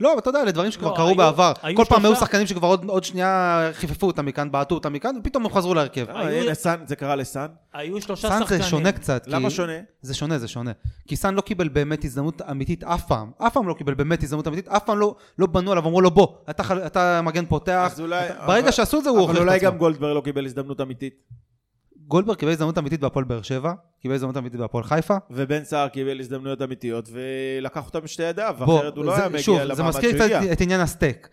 לא, אבל אתה יודע, אלה דברים שכבר
לא,
קרו
היו-
בעבר.
היו
כל פעם היו
שלושה-
שחקנים שכבר עוד עוד שנייה חיפפו אותם מכאן, בעטו אותם מכאן, ופתאום הם חזרו להרכב.
אה,
היו-
הנה, סאן, זה קרה לסאן?
היו שלושה
סאן
שחקנים.
זה שונה קצת. כי-
למה שונה?
זה שונה, זה שונה. כי סאן לא קיבל באמת הזדמנות אמיתית אף פעם. אף פעם לא קיבל באמת הזדמנות אמיתית, אף פעם לא- לא בנו עליו, אמרו לו בוא, אתה חל- אתה מגן פותח.
אז אולי-
אתה- ברגע
אבל-
שעשו את זה הוא
אבל
הוכיח את
אולי
עצמו.
גם גולדברג לא קיבל הזדמנות אמיתית.
גולדברג קיבל הזדמנות אמיתית בהפועל באר שבע, קיבל הזדמנות אמיתית בהפועל חיפה.
ובן סער קיבל הזדמנויות אמיתיות, ולקח אותם בשתי ידיו,
בוא,
אחרת הוא לא
זה-
היה מגיע למעמד שהוא
שוב,
הגיע.
זה מזכיר קצת את- את עניין הסטייק.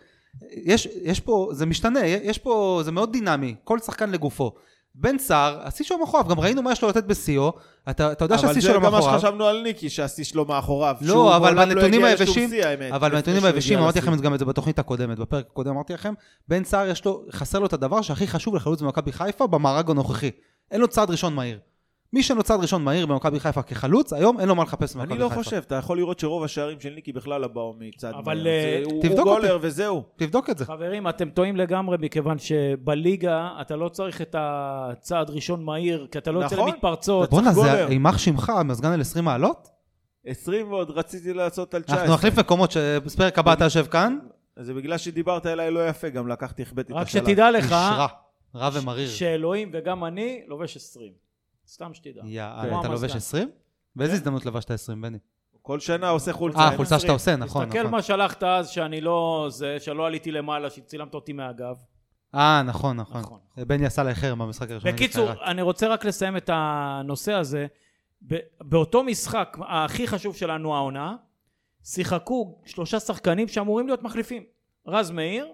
יש, יש פה, זה משתנה, יש פה, זה מאוד דינמי, כל שחקן לגופו. בן סער, השיא שלו מאחוריו, גם ראינו מה יש לו לתת בשיאו, אתה, אתה יודע
אבל
שהשיא
זה
שלו
גם מה
מאחוריו.
שחשבנו על ניקי, שהשיא שלו מאחוריו. שהוא
לא, אבל
מעולם לא
בנתונים
הגיע לשום
היבשים,
שיא, האמת,
אבל
לפני
בנתונים
שהוא
היבשים,
הגיע
אמרתי
לשיא.
לכם את זה גם את זה בתוכנית הקודמת, בפרק הקודם אמרתי לכם, בן סער יש לו, חסר לו את הדבר שהכי חשוב לחלוץ במכבי חיפה במארג הנוכחי. אין לו צעד ראשון מהיר. מי שאין לו צעד ראשון מהיר במכבי חיפה כחלוץ, היום אין לו מה לחפש במכבי
אני
חיפה.
לא חושב, אתה יכול לראות שרוב השערים של ניקי בכלל לא באו מצד...
אבל,
זה-
אה,
הוא-
תבדוק
הוא
אותי.
גולר וזהו.
תבדוק את זה.
חברים, אתם טועים לגמרי, מכיוון שבליגה אתה לא צריך את הצעד ראשון מהיר, כי אתה לא יוצא
נכון.
למתפרצות.
בואנה,
גולר.
זה יימח שמך, המזגן על 20 מעלות?
20 ועוד רציתי לעשות על 19.
אנחנו נחליף מקומות, שבפרק הבא אתה יושב כאן.
זה בגלל שדיברת אליי לא יפה, גם לקחתי, החבאתי את
רק
השלט.
שתדע לך,
איש רע, רע ומריר.
שאלוהים וגם אני לובש 20. סתם שתדע.
יאללה,
כמו
אתה לובש
המזגן.
20?
כן.
באיזה הזדמנות לבשת 20, בני?
כל שנה עושה חולצה.
אה,
אין
חולצה
20.
שאתה עושה, נכון,
תסתכל
נכון.
מה שלחת אז, שאני לא... זה, שלא עליתי למעלה, שצילמת אותי מהגב.
אה, נכון, נכון.
נכון,
בני עשה לה חרם במשחק הראשון.
בקיצור,
אני
אני רוצה רק לסיים את הנושא הזה. ב- באותו משחק הכי חשוב שלנו העונה, שיחקו שלושה שחקנים שאמורים להיות מחליפים. רז מאיר,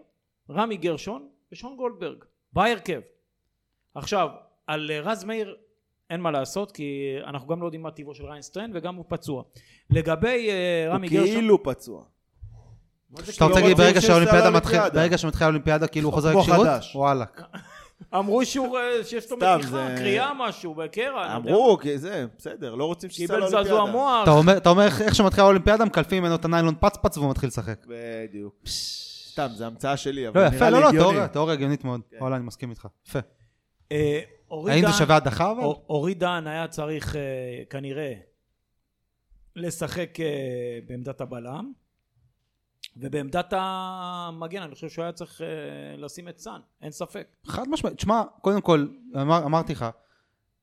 רמי גרשון ושון גולדברג, בהרכב. עכשיו, על אה, רז מאיר אין מה לעשות, כי אנחנו גם לא יודעים מה טיבו של ריינסטרן וגם הוא פצוע. לגבי אה, רמי אה,
הוא
גרשון...
כאילו פצוע.
שאתה רוצה
לא
להגיד
רוצים
ברגע
שזה
שהאולימפיאדה מתחילה,
לאולימפיאדה.
ברגע שמתחילה האולימפיאדה כאילו הוא חוזר
כמו
לכשירות?
חדש.
וואלאק.
אמרו שהוא, אה, שיש לו
סתם,
מתיחה,
זה-
קריאה משהו, בקרע. אני לא יודע.
אמרו, כי זה, בסדר, לא רוצים שייסע
קיבל
לאולימפיאדה.
זעזוע מוח.
אתה אומר- אתה אומר איך- איך שמתחילה האולימפיאדה מקלפים ממנו את הניילון פצפץ והוא מתחיל לשחק.
בדיוק. סתם, זו המצאה שלי,
לא,
אבל
יפה,
נראה לי
לא, לא,
הגיוני. כן.
תיאוריה, תיאוריה הגיונית מאוד. וואלה, אני מסכים איתך. יפה.
אה, אורי
האם זה
דהן-
שווה הדחה אבל?
אור- אורי דן היה צריך אה, כנראה לשחק אה, בעמדת הבלם ובעמדת המגן אני חושב שהוא היה צריך אה, לשים את סאן, אין ספק.
חד משמעית. תשמע, קודם כל, אמר- אמרתי לך,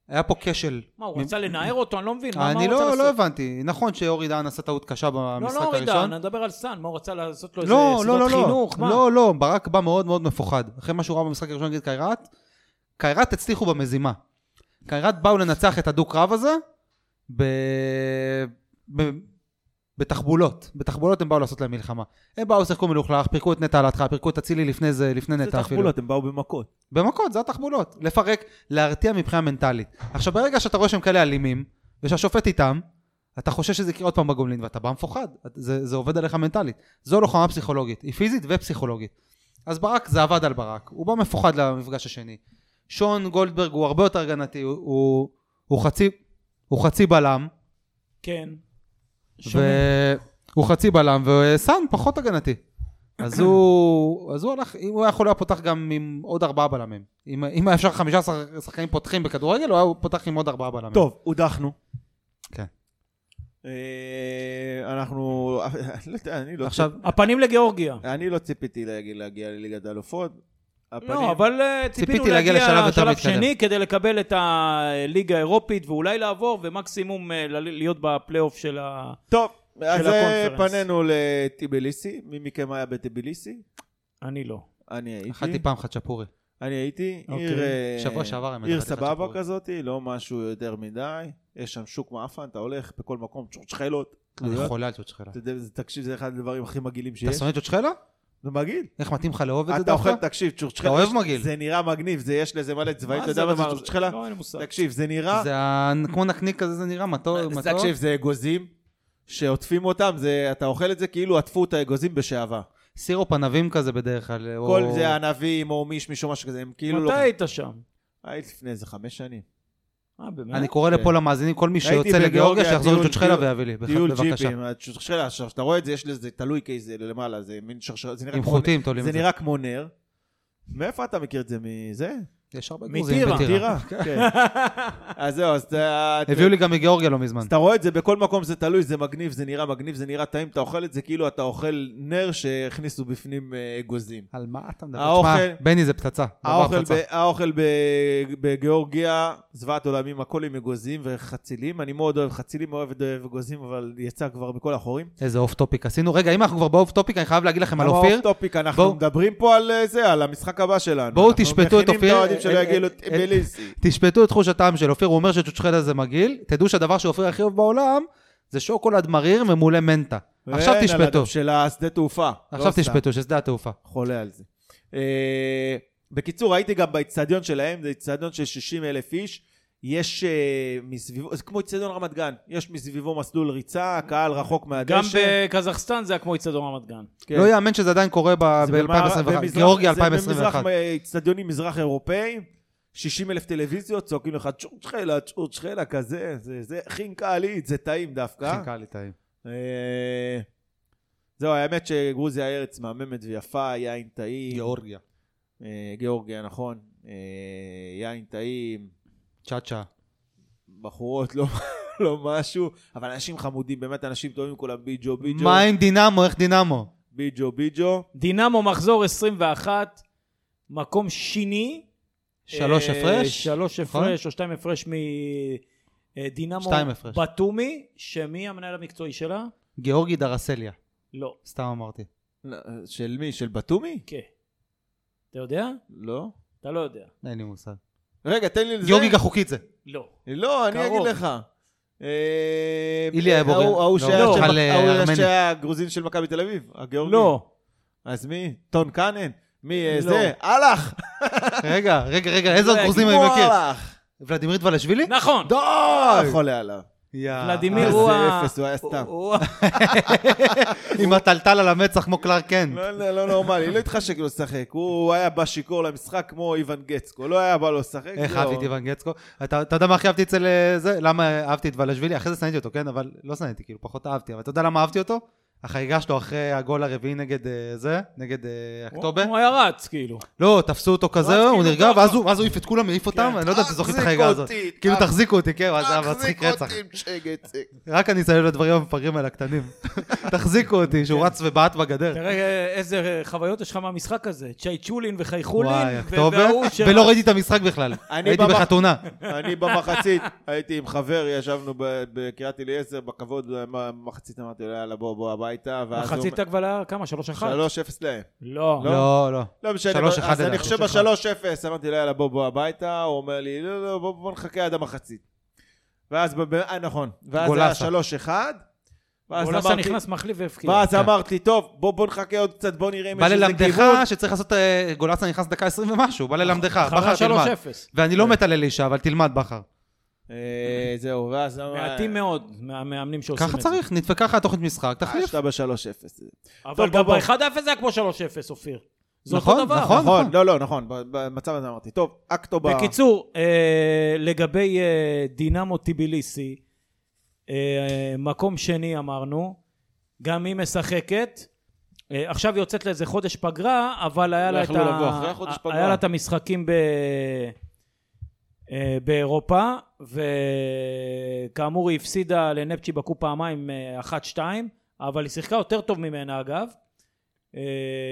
היה פה כשל.
מה, הוא
מ-
רצה לנער אותו? אני לא מבין, מה מה הוא
אני
רצה
לא,
לעשות?
לא הבנתי, נכון שאורי דהן עשה טעות קשה
לא,
במשחק
לא אורי דן,
הראשון.
אני מדבר על סאן, מה הוא רצה לעשות לו איזה
לא, לא,
סביבת
לא, לא,
חינוך? מה?
לא, לא, ברק בא מאוד מאוד מפוחד. אחרי מה שהוא ראה במשחק הראשון נגד קיירת, קיירת הצליחו במזימה. קיירת באו לנצח את הדו-קרב הזה ב... ב... בתחבולות. בתחבולות הם באו לעשות להם מלחמה. הם באו, שיחקו מלוכלך, פירקו את נטע על ההתחלה, פירקו את אצילי לפני זה, לפני
זה
נטע אפילו.
תחבולות, הם באו במכות.
במכות, זה התחבולות. לפרק, להרתיע מבחינה מנטלית. עכשיו, ברגע שאתה רואה שהם כאלה אלימים, ושהשופט איתם, אתה חושש שזה יקרה עוד פעם בגומלין, ואתה בא מפוחד. זה, זה עובד עליך מנטלית. זו לוחמה פסיכולוגית, היא פיזית ופסיכולוגית. אז ברק, זה עבד על ברק. הוא בא מפוחד למפגש השני. שון גולדברג הוא הרבה יותר הגנתי, הוא, הוא, הוא, חצי, הוא חצי בלם,
כן.
ו... הוא חצי בלם, וסאן פחות הגנתי. אז הוא, אז הוא הלך, אם הוא היה יכול, הוא היה פותח גם עם עוד ארבעה בלמים. אם, אם היה אפשר 15 שחקנים פותחים בכדורגל, הוא היה פותח עם עוד ארבעה בלמים.
טוב, הודחנו.
Mm. כן.
אה, אנחנו... לא יודע, אני לא...
עכשיו,
הפנים לגיאורגיה.
אה,
אני לא ציפיתי להגיע, להגיע לליגת האלופות. הפנים-
לא, אבל אה, ציפינו
ציפיתי להגיע
להגיע
לשלב יותר
לשלב
מתקדם.
שני כדי לקבל את הליגה האירופית ואולי לעבור, ומקסימום אה, ל- להיות בפלייאוף של ה...
טוב, אז אה,
הקונפרנס.
פנינו לטיביליסי. מי מכם היה בטיביליסי?
אני לא.
אני הייתי.
אכלתי פעם אחת שפורי.
אני הייתי.
אוקיי.
עיר... אה,
שבוע שעבר הם
עיר
אכלתי אחד
סבבה
שפורי.
כזאת, לא משהו יותר מדי. יש שם שוק מאפן, אתה הולך בכל מקום, צ'ורצ'חלות.
אני
תלויות.
חולה על צ'וצ'חלה.
אתה יודע, זה- תקשיב, זה אחד הדברים הכי מגעילים
נכון. אתה
שיש.
שונא צ'וצ'חלה?
זה מגעיל.
איך מתאים לך לאהוב את זה
אתה
דווקא?
אוכל, תקשיב, צ'ורצ'חלה.
אתה אוהב
יש-
מגעיל.
זה נראה מגניב, זה יש לזה מלא צבעים, אתה יודע
זה
מה זה
הדבר הזה?
צ'ורצ'חלה?
לא, אין לי מושג.
תקשיב, זה נראה...
זה ה- כמו נקניק כזה, זה נראה מתוק.
אז
אה, מתוק.
תקשיב, זה אגוזים שעוטפים אותם, זה- אתה אוכל את זה כאילו עטפו את האגוזים בשעווה.
סירופ ענבים כזה בדרך כלל. או-
כל זה ענבים או מישמיש או משהו כזה, הם כאילו לא...
מתי היית שם?
הייתי לפני איזה חמש שנים.
אה,
אני
באמת?
קורא לפה למאזינים, כל מי
הייתי
שיוצא
בגיאורגיה,
לגאורגיה שיחזור עם
טיול-
צ'וצ'חלה
טיול-
ויביא לי, בח-
טיול
בבקשה.
ג'יפים, הצ'וצ'חלה, עכשיו, כשאתה רואה את זה, יש לזה, תלוי כאיזה למעלה, זה מין שרשרת, זה נראה
עם
כמו-
חוטים תולים
זה
את זה.
נראה כמו נר. מאיפה אתה מכיר את זה? מזה?
יש הרבה
מטירה.
גרוזים בטירה.
טירה. כן. אז זהו, אז אתה...
הביאו לי גם מגיאורגיה לא מזמן.
אז אתה רואה את זה בכל מקום, זה תלוי, זה מגניב, זה נראה מגניב, זה נראה טעים, אתה אוכל את זה כאילו אתה אוכל נר שהכניסו בפנים אה, אגוזים.
על מה אתה מדבר?
האוכל-
תשמע, בני זה פצצה. דבר
האוכל, ב,
פצצה.
האוכל ב, בגיאורגיה, זוועת עולמים, הכל עם אגוזים וחצילים. אני מאוד אוהב חצילים, אוהב אוהב אגוזים, אבל יצא כבר מכל החורים.
איזה אוף טופיק עשינו. רגע, אם אנחנו כבר באוף טופיק, אני חייב להגיד לכם על
למה
אופיר.
אוף טופיק, אנחנו
בואו-
מדברים פה על אה, זה, על המשחק הבא שלנו.
בואו תשפטו את
אנחנו מכינים
אופיר.
את האוהדים שלו
אה,
יגידו
אה, אה,
טביליסי.
תשפטו את תחוש הטעם של אופיר, הוא אומר שצ'וצ'חלה זה מגעיל. תדעו שהדבר שאופיר הכי אוהב בעולם זה שוקולד מריר ממולא מנטה. עכשיו
ואין על
תשפטו.
הדף של השדה תעופה.
עכשיו
לא
תשפטו, של שדה התעופה.
חולה על זה. אה, בקיצור, הייתי גם באיצטדיון שלהם, זה איצטדיון של 60 אלף איש. יש אה, מסביבו, זה כמו איצטדיון רמת גן, יש מסביבו מסלול ריצה, הקהל רחוק מהדשא.
גם בקזחסטן זה היה כמו איצטדיון רמת גן.
כן.
לא יאמן שזה עדיין קורה
זה במערב-
ב-2021.
במזרח-
גיאורגיה
זה
2021.
במזרח, אה, אצטדיונים מזרח אירופאים, 60 אלף טלוויזיות, צועקים לך צ'ורצ'חלה, צ'ורצ'חלה כזה, זה, זה חינקלית, זה טעים דווקא.
חינקה לי טעים.
אה, זהו, האמת שגרוזיה היא ארץ מהממת ויפה, יין טעים.
גיאורגיה.
אה, גיאורגיה, נכון. אה, יין טעים,
צ'אצ'ה.
בחורות, לא, לא משהו, אבל אנשים חמודים, באמת אנשים טובים כולם, ביג'ו, ביג'ו,
מה עם דינמו? איך דינמו?
ביג'ו, ביג'ו.
דינמו מחזור 21, מקום שני.
שלוש
אה,
הפרש?
שלוש
נכון?
הפרש או שתיים הפרש מדינמו
שתיים הפרש.
בתומי, שמי המנהל המקצועי שלה?
גיאורגי דרסליה.
לא.
סתם אמרתי.
נ- של מי? של בתומי?
כן. אתה יודע?
לא.
אתה לא יודע.
אין לי מושג.
רגע, תן לי לזה.
גיאורגי גחוקית זה.
לא.
לא, אני
קרוב.
אגיד לך. אה,
איליה
ההוא-
אבוריאן.
ההוא
לא,
שהיה
לא,
של-
על, אה,
ההוא
ארמני.
שהיה הגרוזין של מכבי תל אביב, הגיאורגי.
לא.
אז מי? טון קאנן? מי אה,
לא.
זה? אהלך!
רגע, רגע, רגע, איזה עוד
רגע,
גרוזים אני
כמו
מכיר?
אהלך!
ולדימיר דבלשווילי?
נכון.
לא
די!
חולה עליו.
יא.
ולדימיר
אה,
הוא
זה
ה...
אפס, הוא היה סתם.
הוא ה-
עם הטלטל על המצח כמו קלארק קנט.
לא, לא, לא נורמלי, לא התחשק לו לשחק. הוא היה בא שיכור למשחק כמו איוון גצקו, לא היה בא לו לשחק.
איך
זהו.
אהבתי את איוון גצקו? אתה אתה יודע מה הכי אהבתי אצל אה, זה? למה אהבתי את ולשווילי? אחרי זה שנאתי אותו, כן? אבל לא שנאתי, כאילו פחות אהבתי. אבל אתה יודע למה אהבתי אותו? החגיגה שלו אחרי הגול הרביעי נגד אה, זה? נגד אה, אקטובה?
הוא היה רץ, כאילו.
לא, תפסו אותו כזה, הוא
כאילו
נרגע,
ככה.
ואז הוא ואז הוא העיף את כולם, העיף אותם, אני לא יודע אם אתם זוכרים את
תחזיק
החגיגה הזאת.
אותי,
כאילו
תח-
תחזיקו אותי, כן, ואז זה היה מצחיק רצח.
אותי עם שי גצק.
רק אני אסיים לדברים המפגרים האלה הקטנים. תחזיקו אותי, שהוא רץ ובעט בגדר.
תראה אה, איזה חוויות יש לך מהמשחק הזה. צ'ייצ'ולין וחייכולין.
וואי,
ו-
אוקטובר,
וההוא ש-
ולא ראיתי את המשחק בכלל.
אני
הייתי
במח-
בחתונה.
אני במחצית, הייתי עם חבר, ישבנו ב- בקריית אליעזר, בכבוד, במחצית אמרתי לו, יאללה, בוא, בוא הביתה. ואז הוא-
מחצית הגבלה, כמה? 3-1?
3-0 להם.
לא.
לא, לא.
לא משנה,
שלוש אחד
אז אני
לדעתי.
חושב ב-3-0, אמרתי לו, יאללה, בוא, בוא הביתה, הוא אומר לי, לא, לא, בוא, בוא נחכה עד המחצית. ואז, ב- אה, נכון, ואז היה
גולסה.
3-1, ואז
גולסה
אמרתי,
נכנס מחליף והפקיע.
ואז
כן.
אמרתי, טוב, בוא בוא נחכה עוד קצת, בוא נראה אם
בא
יש איזה
ללמדך
כיוון.
שצריך לעשות, אה, גולסה נכנס דקה 20 ומשהו, בא ללמדך,
אחרי
בכר תלמד.
3-0.
ואני לא מת על אלישע, אבל תלמד בכר.
אה, זהו, ואז...
מעטים
אה.
מאוד מהמאמנים שעושים את זה. אה,
ככה צריך, נדפקה לך תוכנית משחק, תחליף.
אתה ב-3-0.
אבל
טוב,
גם
בוא, בוא.
ב-1-0 זה היה כמו 3-0, אופיר. זה
נכון,
אותו דבר.
נכון.
נכון, לא, לא, נכון, ב- במצב הזה אמרתי. טוב, אקטו ב...
בקיצור, אה, לגבי אה, דינמו טיביליסי, אה, מקום שני אמרנו, גם היא משחקת, אה, עכשיו היא יוצאת לאיזה חודש פגרה, אבל היה
לא
לה את
יכלו לבוא אחרי החודש
ה-
פגרה.
היה לה את המשחקים ב... אה, באירופה, וכאמור היא הפסידה לנפצ'י בקו פעמיים אה, 1-2, אבל היא שיחקה יותר טוב ממנה אגב. אה,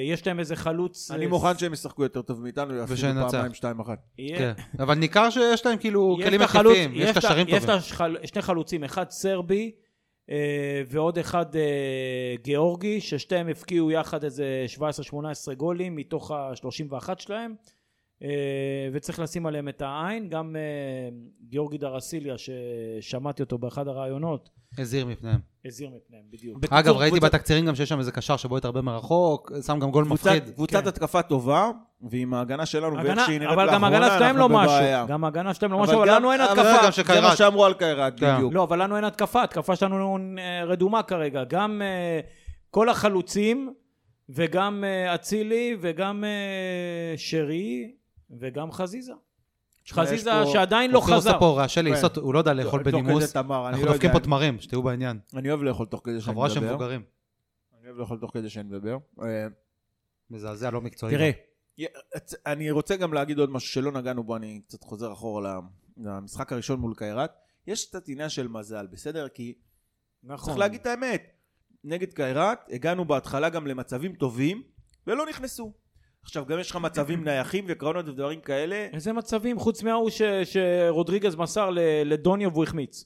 יש להם איזה חלוץ...
אני
אה,
מוכן שהם ישחקו יותר טוב מאיתנו, יפסידו
ושננצח.
פעמיים, שתיים, אחת.
יהיה-
כן. אבל ניכר שיש להם כאילו
יש
כלים
את החלוץ-
התקפיים, יש
את ה-
קשרים
יש את
טובים.
השחל- שני חלוצים, אחד סרבי אה, ועוד אחד אה, גיאורגי, ששתיהם הבקיעו יחד איזה 17-18 גולים מתוך ה-31 שלהם, אה, וצריך לשים עליהם את העין. גם אה, גיאורגי דרסיליה, ששמעתי אותו באחד הראיונות,
הזהיר מפניהם.
הזהיר מפניהם, בדיוק.
אגב,
בקיצור,
ראיתי
קבוצה-
בתקצירים גם שיש שם איזה קשר שבועט הרבה מרחוק, שם גם גול
קבוצת-
מפחיד.
קבוצת
כן.
התקפה טובה, ועם ההגנה שלנו, ואיך
הגנה-
שהיא נראית
אבל גם ההגנה
לאחרונה,
שלהם לא
אנחנו
משהו,
בבעיה.
גם ההגנה שלהם לא משהו,
אבל
אבל
גם-
לנו אין
אבל
התקפה.
גם
זה מה
שקיירת.
שאמרו על קיירת,
כן.
בדיוק.
לא, אבל לנו אין התקפה, התקפה שלנו אה, רדומה כרגע. גם אה, כל החלוצים, וגם אה, אצילי, וגם אה, שרי, וגם חזיזה.
תשמע, יש
חזיזה
פה-
שעדיין לא
אופיר
חזר.
עושה פה רעשי לעיסות,
כן.
הוא לא יודע לאכול
תוך כדי
בנימוס.
תמר, אני
אנחנו
לא
דופקים
יודע.
פה תמרים, שתהיו בעניין.
אני אוהב לאכול תוך כדי שאני
חבורה של
מדבר.
מבוגרים.
אני אוהב לאכול תוך כדי שאני מדבר. אה,
מזעזע, לא מקצועי.
תראה, י- את- אני רוצה גם להגיד עוד משהו שלא נגענו בו, אני קצת חוזר אחורה ל- למשחק הראשון מול קיירת. יש קצת עניין של מזל, בסדר? כי
נכון.
צריך להגיד את האמת. נגד קיירת, הגענו בהתחלה גם למצבים טובים, ולא נכנסו. עכשיו, גם יש לך מצבים נייחים וקרנות ודברים כאלה.
איזה מצבים, חוץ מההוא ש- שרודריגז מסר ל- לדוניו והוא החמיץ.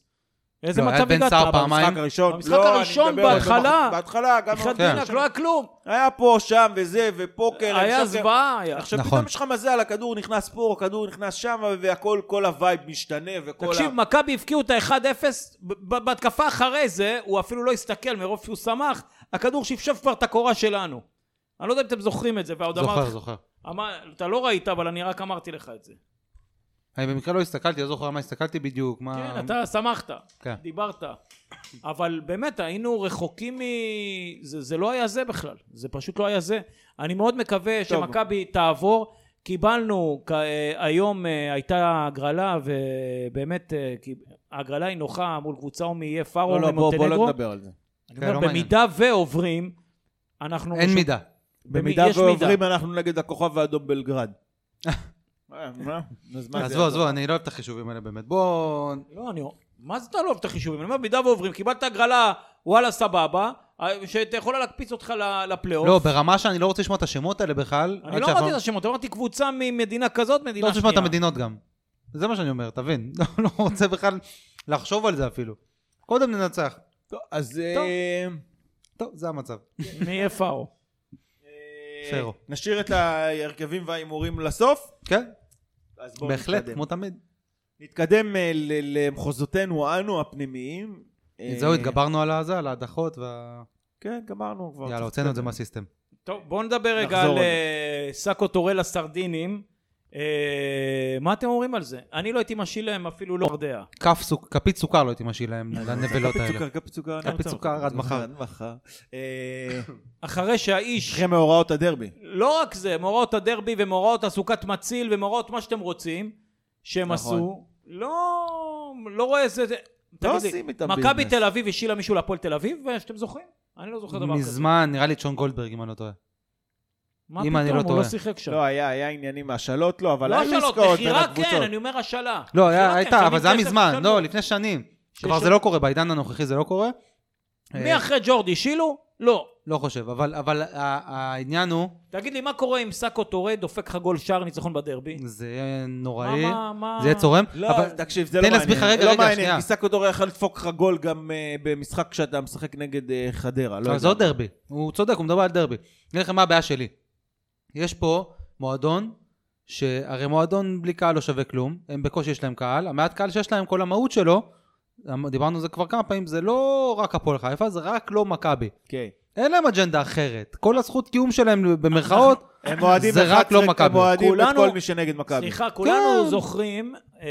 איזה
לא, היה
מצב
בן
הגעת?
סער
אבל-
פעמיים.
במשחק הראשון,
במשחק
לא, אני
הראשון
מדבר-
בהתחלה.
בהתחלה, גם...
אחד
כן.
דינק, לא היה כלום.
היה כן, פה, שם, וזה, ופוקר.
היה
אפשר-
זוועה. היה.
עכשיו
נכון.
פתאום יש לך מזל, הכדור נכנס פה, הכדור נכנס שם, והכל, כל הווייב משתנה, וכל ה...
תקשיב, מכבי הבקיעו את ה-1-0 ב- ב- בהתקפה אחרי זה, הוא אפילו לא הסתכל מרוב שהוא שמח, הכדור שפשף כבר את הקורה שלנו. אני לא יודע אם אתם זוכרים את זה, ועוד
זוכר,
אמרתי,
זוכר.
אמר, אתה לא ראית, אבל אני רק אמרתי לך את זה.
אני במקרה לא הסתכלתי, לא זוכר על מה הסתכלתי בדיוק, מה...
אמ,
כן, אתה שמחת,
כן.
דיברת. אבל באמת, היינו רחוקים מ... זה, זה לא היה זה בכלל, זה פשוט לא היה זה. אני מאוד מקווה
טוב.
שמכבי תעבור. קיבלנו, כ- אה, היום אה, הייתה הגרלה, ובאמת, אה, כי- ההגרלה היא נוחה מול קבוצה או מאיי פארו
לא, לא, בוא, בוא
ומונטנגרו.
לא נדבר על זה.
אני
כן,
אומר,
לא מעניין.
במידה ועוברים, אנחנו...
אין
רשום-
מידה.
במי-
במידה
יש
ועוברים, אנחנו נגד הכוכב האדום בלגרד. אה, מה? אז מה זה
עזבו, עזבו, אני לא אוהב את החישובים האלה באמת. בואו...
לא, אני... מה זה אתה לא אוהב את החישובים? אני אומר, במידה ועוברים, קיבלת הגרלה, וואלה, סבבה, אה, שאתה יכולה להקפיץ אותך ל- לפלייאוף.
לא, ברמה שאני לא רוצה לשמוע את השמות האלה בכלל. עד
אני לא
שאנחנו-
אמרתי את השמות, אמרתי קבוצה ממדינה כזאת, מדינה
לא רוצה לשמוע את
שנייה.
המדינות גם. זה מה שאני אומר, תבין. לא- לא רוצה בכלל לחשוב על זה אפילו. קודם ננצח.
טוב, אז...
טוב.
אה,
טוב, זה המצב.
מ-FAO.
אה,
פרו.
נשאיר את ההרכבים וההימורים לסוף?
כן,
אז בואו
בהחלט,
נתקדם.
כמו תמיד.
נתקדם אה, ל- למחוזותינו אנו הפנימיים. אה,
זהו, התגברנו על הזה, על ההדחות, וה...
כן, גמרנו כבר.
יאללה, הוצאנו את זה מהסיסטם.
טוב, בואו נדבר רגע
נחזור
על אה, סאקו טורל הסרדינים. אה, מה אתם אומרים על זה? אני לא הייתי משיל להם אפילו לא ארדע.
כף סוכר, כפית סוכר לא הייתי משאיל להם, לנבלות האלה.
כפית סוכר,
כפית סוכר עד מחר.
עד מחר. אה,
אחרי שהאיש,
אחרי מאורעות הדרבי.
לא רק זה, מאורעות הדרבי ומאורעות תעסוקת מציל ומאורעות מה שאתם רוצים, שהם
נכון.
עשו, לא, לא רואה איזה... תגיד לי,
עושים איתם
מכבי
ביזנס.
תל אביב השילה מישהו להפועל תל אביב, אה, שאתם זוכרים? אני לא זוכר דבר כזה.
מזמן, נראה לי את שון גולדברג, אם אני לא טועה.
מה
אם אני
פתאום,
לא
הוא
טועה.
לא שיחק שם.
לא, היה, היה עניינים מהשאלות, לא, אבל
לא
היו
השאלות,
עסקאות בין
מכירה
הקבוצות.
כן, אני אומר השאלה.
לא, היה-
מכירה, כן,
הייתה, אבל זה היה
שמים כסף,
מזמן,
שם
לא,
לו.
לפני שנים.
שש-
כבר זה לא קורה, בעידן הנוכחי זה לא קורה.
מי
אה,
אחרי ג'ורדי, שילו? לא.
לא חושב, אבל- אבל ה- העניין הוא,
תגיד לי, מה קורה אם סאקו טורה דופק לך גול שער ניצחון בדרבי?
זה יהיה
מה,
נוראי,
מה, מה?
לא זה יהיה צורם.
לא,
אבל-
אבל תקשיב, זה לא
תן
מעניין.
להסביר לך רגע,
לא
רגע,
מעניין,
שנייה.
כי סאקודור יכול לדפוק לך גול גם אה, במשחק כשאתה משחק נגד אה, חדרה. לא
אז
יודע.
עוד דרבי, הוא צודק, הוא מדבר על דרבי. אני אגיד לכם מה הבעיה שלי. יש פה מועדון, שהרי מועדון בלי קהל לא שווה כלום, הם בקושי יש להם קהל, המעט קהל שיש להם, כל המהות שלו, אמ, דיברנו על זה כבר כמה פעמים, זה לא רק הפועל חיפה, זה רק לא מכבי.
אוקיי.
אין להם אג'נדה אחרת. כל הזכות קיום שלהם במרכאות,
הם אוהדים
זה רק
11,
לא מכבי.
הם אוהדים את
כולנו-
כל מי שנגד מכבי.
סליחה, כולנו
כן.
זוכרים אה,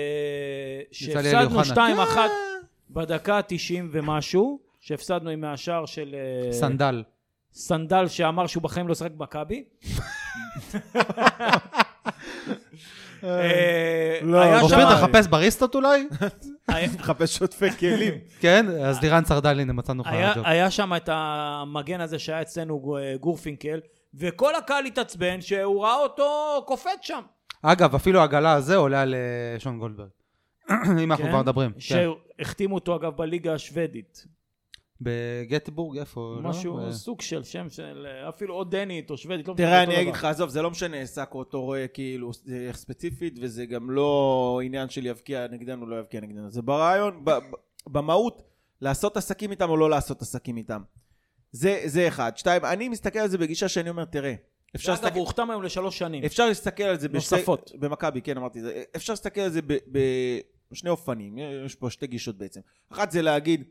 יצא לי
שהפסדנו
אלי
2-1
אוחנה. כן.
בדקה ה-90 ומשהו, שהפסדנו עם השער של אה,
סנדל.
סנדל שאמר שהוא בחיים לא ישחק במכבי. אה,
לא,
היה
אופיר,
אופיר,
שם-
תחפש בריסטות אולי?
היה-
מחפש שוטפי כלים.
כן, אז לירן סרדל, הנה מצאנו לך
היה-
ג'וב.
היה שם את המגן הזה שהיה אצלנו גו- גורפינקל, וכל הקהל התעצבן שהוא ראה אותו קופץ שם.
אגב, אפילו העגלה הזה עולה על אה, שון גולדברג. אם אנחנו
כן?
כבר מדברים. כן.
שהחתימו אותו אגב בליגה השוודית.
בגטבורג, איפה? לא?
משהו,
אה,
סוג של שם של אה, אפילו או דנית או שוודית, לא משנה,
תראה,
אותו
אני אגיד
דבר.
לך, עזוב, זה לא משנה שק או תורה, כאילו, זה ספציפית, וזה גם לא עניין של יבקיע נגדנו, לא יבקיע נגדנו. זה ברעיון, ב- ב- במהות, לעשות עסקים איתם או לא לעשות עסקים איתם. זה, זה אחד. שתיים, אני מסתכל על זה בגישה שאני אומר, תראה, אפשר
אגב,
להסתכל...
הוא הוחתם היום לשלוש שנים.
אפשר להסתכל על זה בשתי-
נוספות.
במכבי, כן, אמרתי את זה. אפשר להסתכל על זה ב- בשני אופנים. יש פה שתי גישות בעצם. אחת זה להגיד,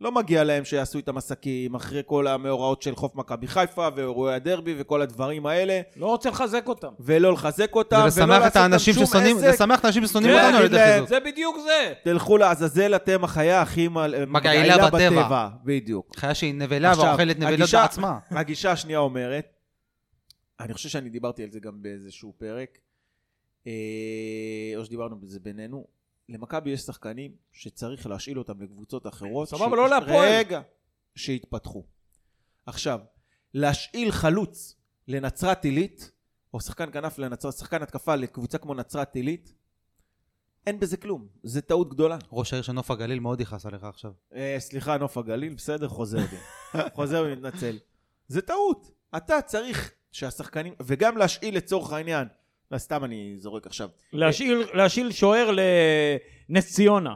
לא מגיע להם שיעשו איתם עסקים, אחרי כל המאורעות של חוף מכבי חיפה, ואירועי הדרבי, וכל הדברים האלה,
לא רוצה לחזק אותם.
ולא לחזק אותם, ולא
ולשמח את
לא לעשות
האנשים
איתם שום
ששונאים,
עסק.
לשמח את האנשים ששונאים
כן,
אותנו על ידי
להגיד להם,
חיזוק.
זה בדיוק זה.
תלכו לעזאזל, אתם החיה הכי מל-
מגעילה בטבע.
בדיוק.
חיה שהיא נבלה
עכשיו,
ואוכלת נבלות
הגישה-
בעצמה.
הגישה השנייה אומרת, אני חושב שאני דיברתי על זה גם באיזשהו פרק, אה, או שדיברנו על זה בינינו, למכבי יש שחקנים שצריך להשאיל אותם לקבוצות אחרות.
סבבה, לא להפועל.
רגע, שהתפתחו. עכשיו, להשאיל חלוץ לנצרת עילית, או שחקן כנף לנצרת, שחקן התקפה לקבוצה כמו נצרת עילית, אין בזה כלום, זה טעות גדולה.
ראש העיר של נוף הגליל מאוד יכעס עליך עכשיו.
אה, סליחה, נוף הגליל, בסדר, חוזר בי. חוזר ומתנצל. זה טעות. אתה צריך שהשחקנים, וגם להשאיל לצורך העניין. לא, סתם אני זורק עכשיו. אה.
להשאיל- להשאיל שוער לנס ציונה.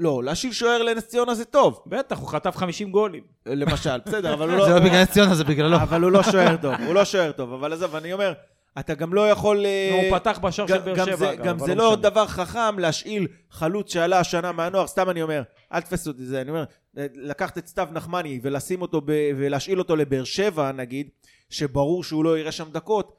לא, להשאיל שוער לנס ציונה זה טוב,
בטח, הוא חטף 50 גולים.
למשל, בסדר, אבל הוא לא...
זה לא בגלל נס ציונה, זה בגללו.
אבל הוא לא שוער טוב, הוא לא שוער טוב, אבל עזוב, אני אומר, אתה גם לא יכול... אה,
הוא פתח בשער של
גם-
באר
גם
שבע.
זה-
אגב,
גם
אבל
זה לא
משנה.
דבר חכם להשאיל חלוץ שעלה השנה מהנוער, סתם אני אומר, אל תפסו אותי זה, אני אומר, אה, לקחת את סתיו נחמני ולשים אותו ב, ולהשאיל אותו לבאר שבע נגיד, שברור שהוא לא יראה שם דקות,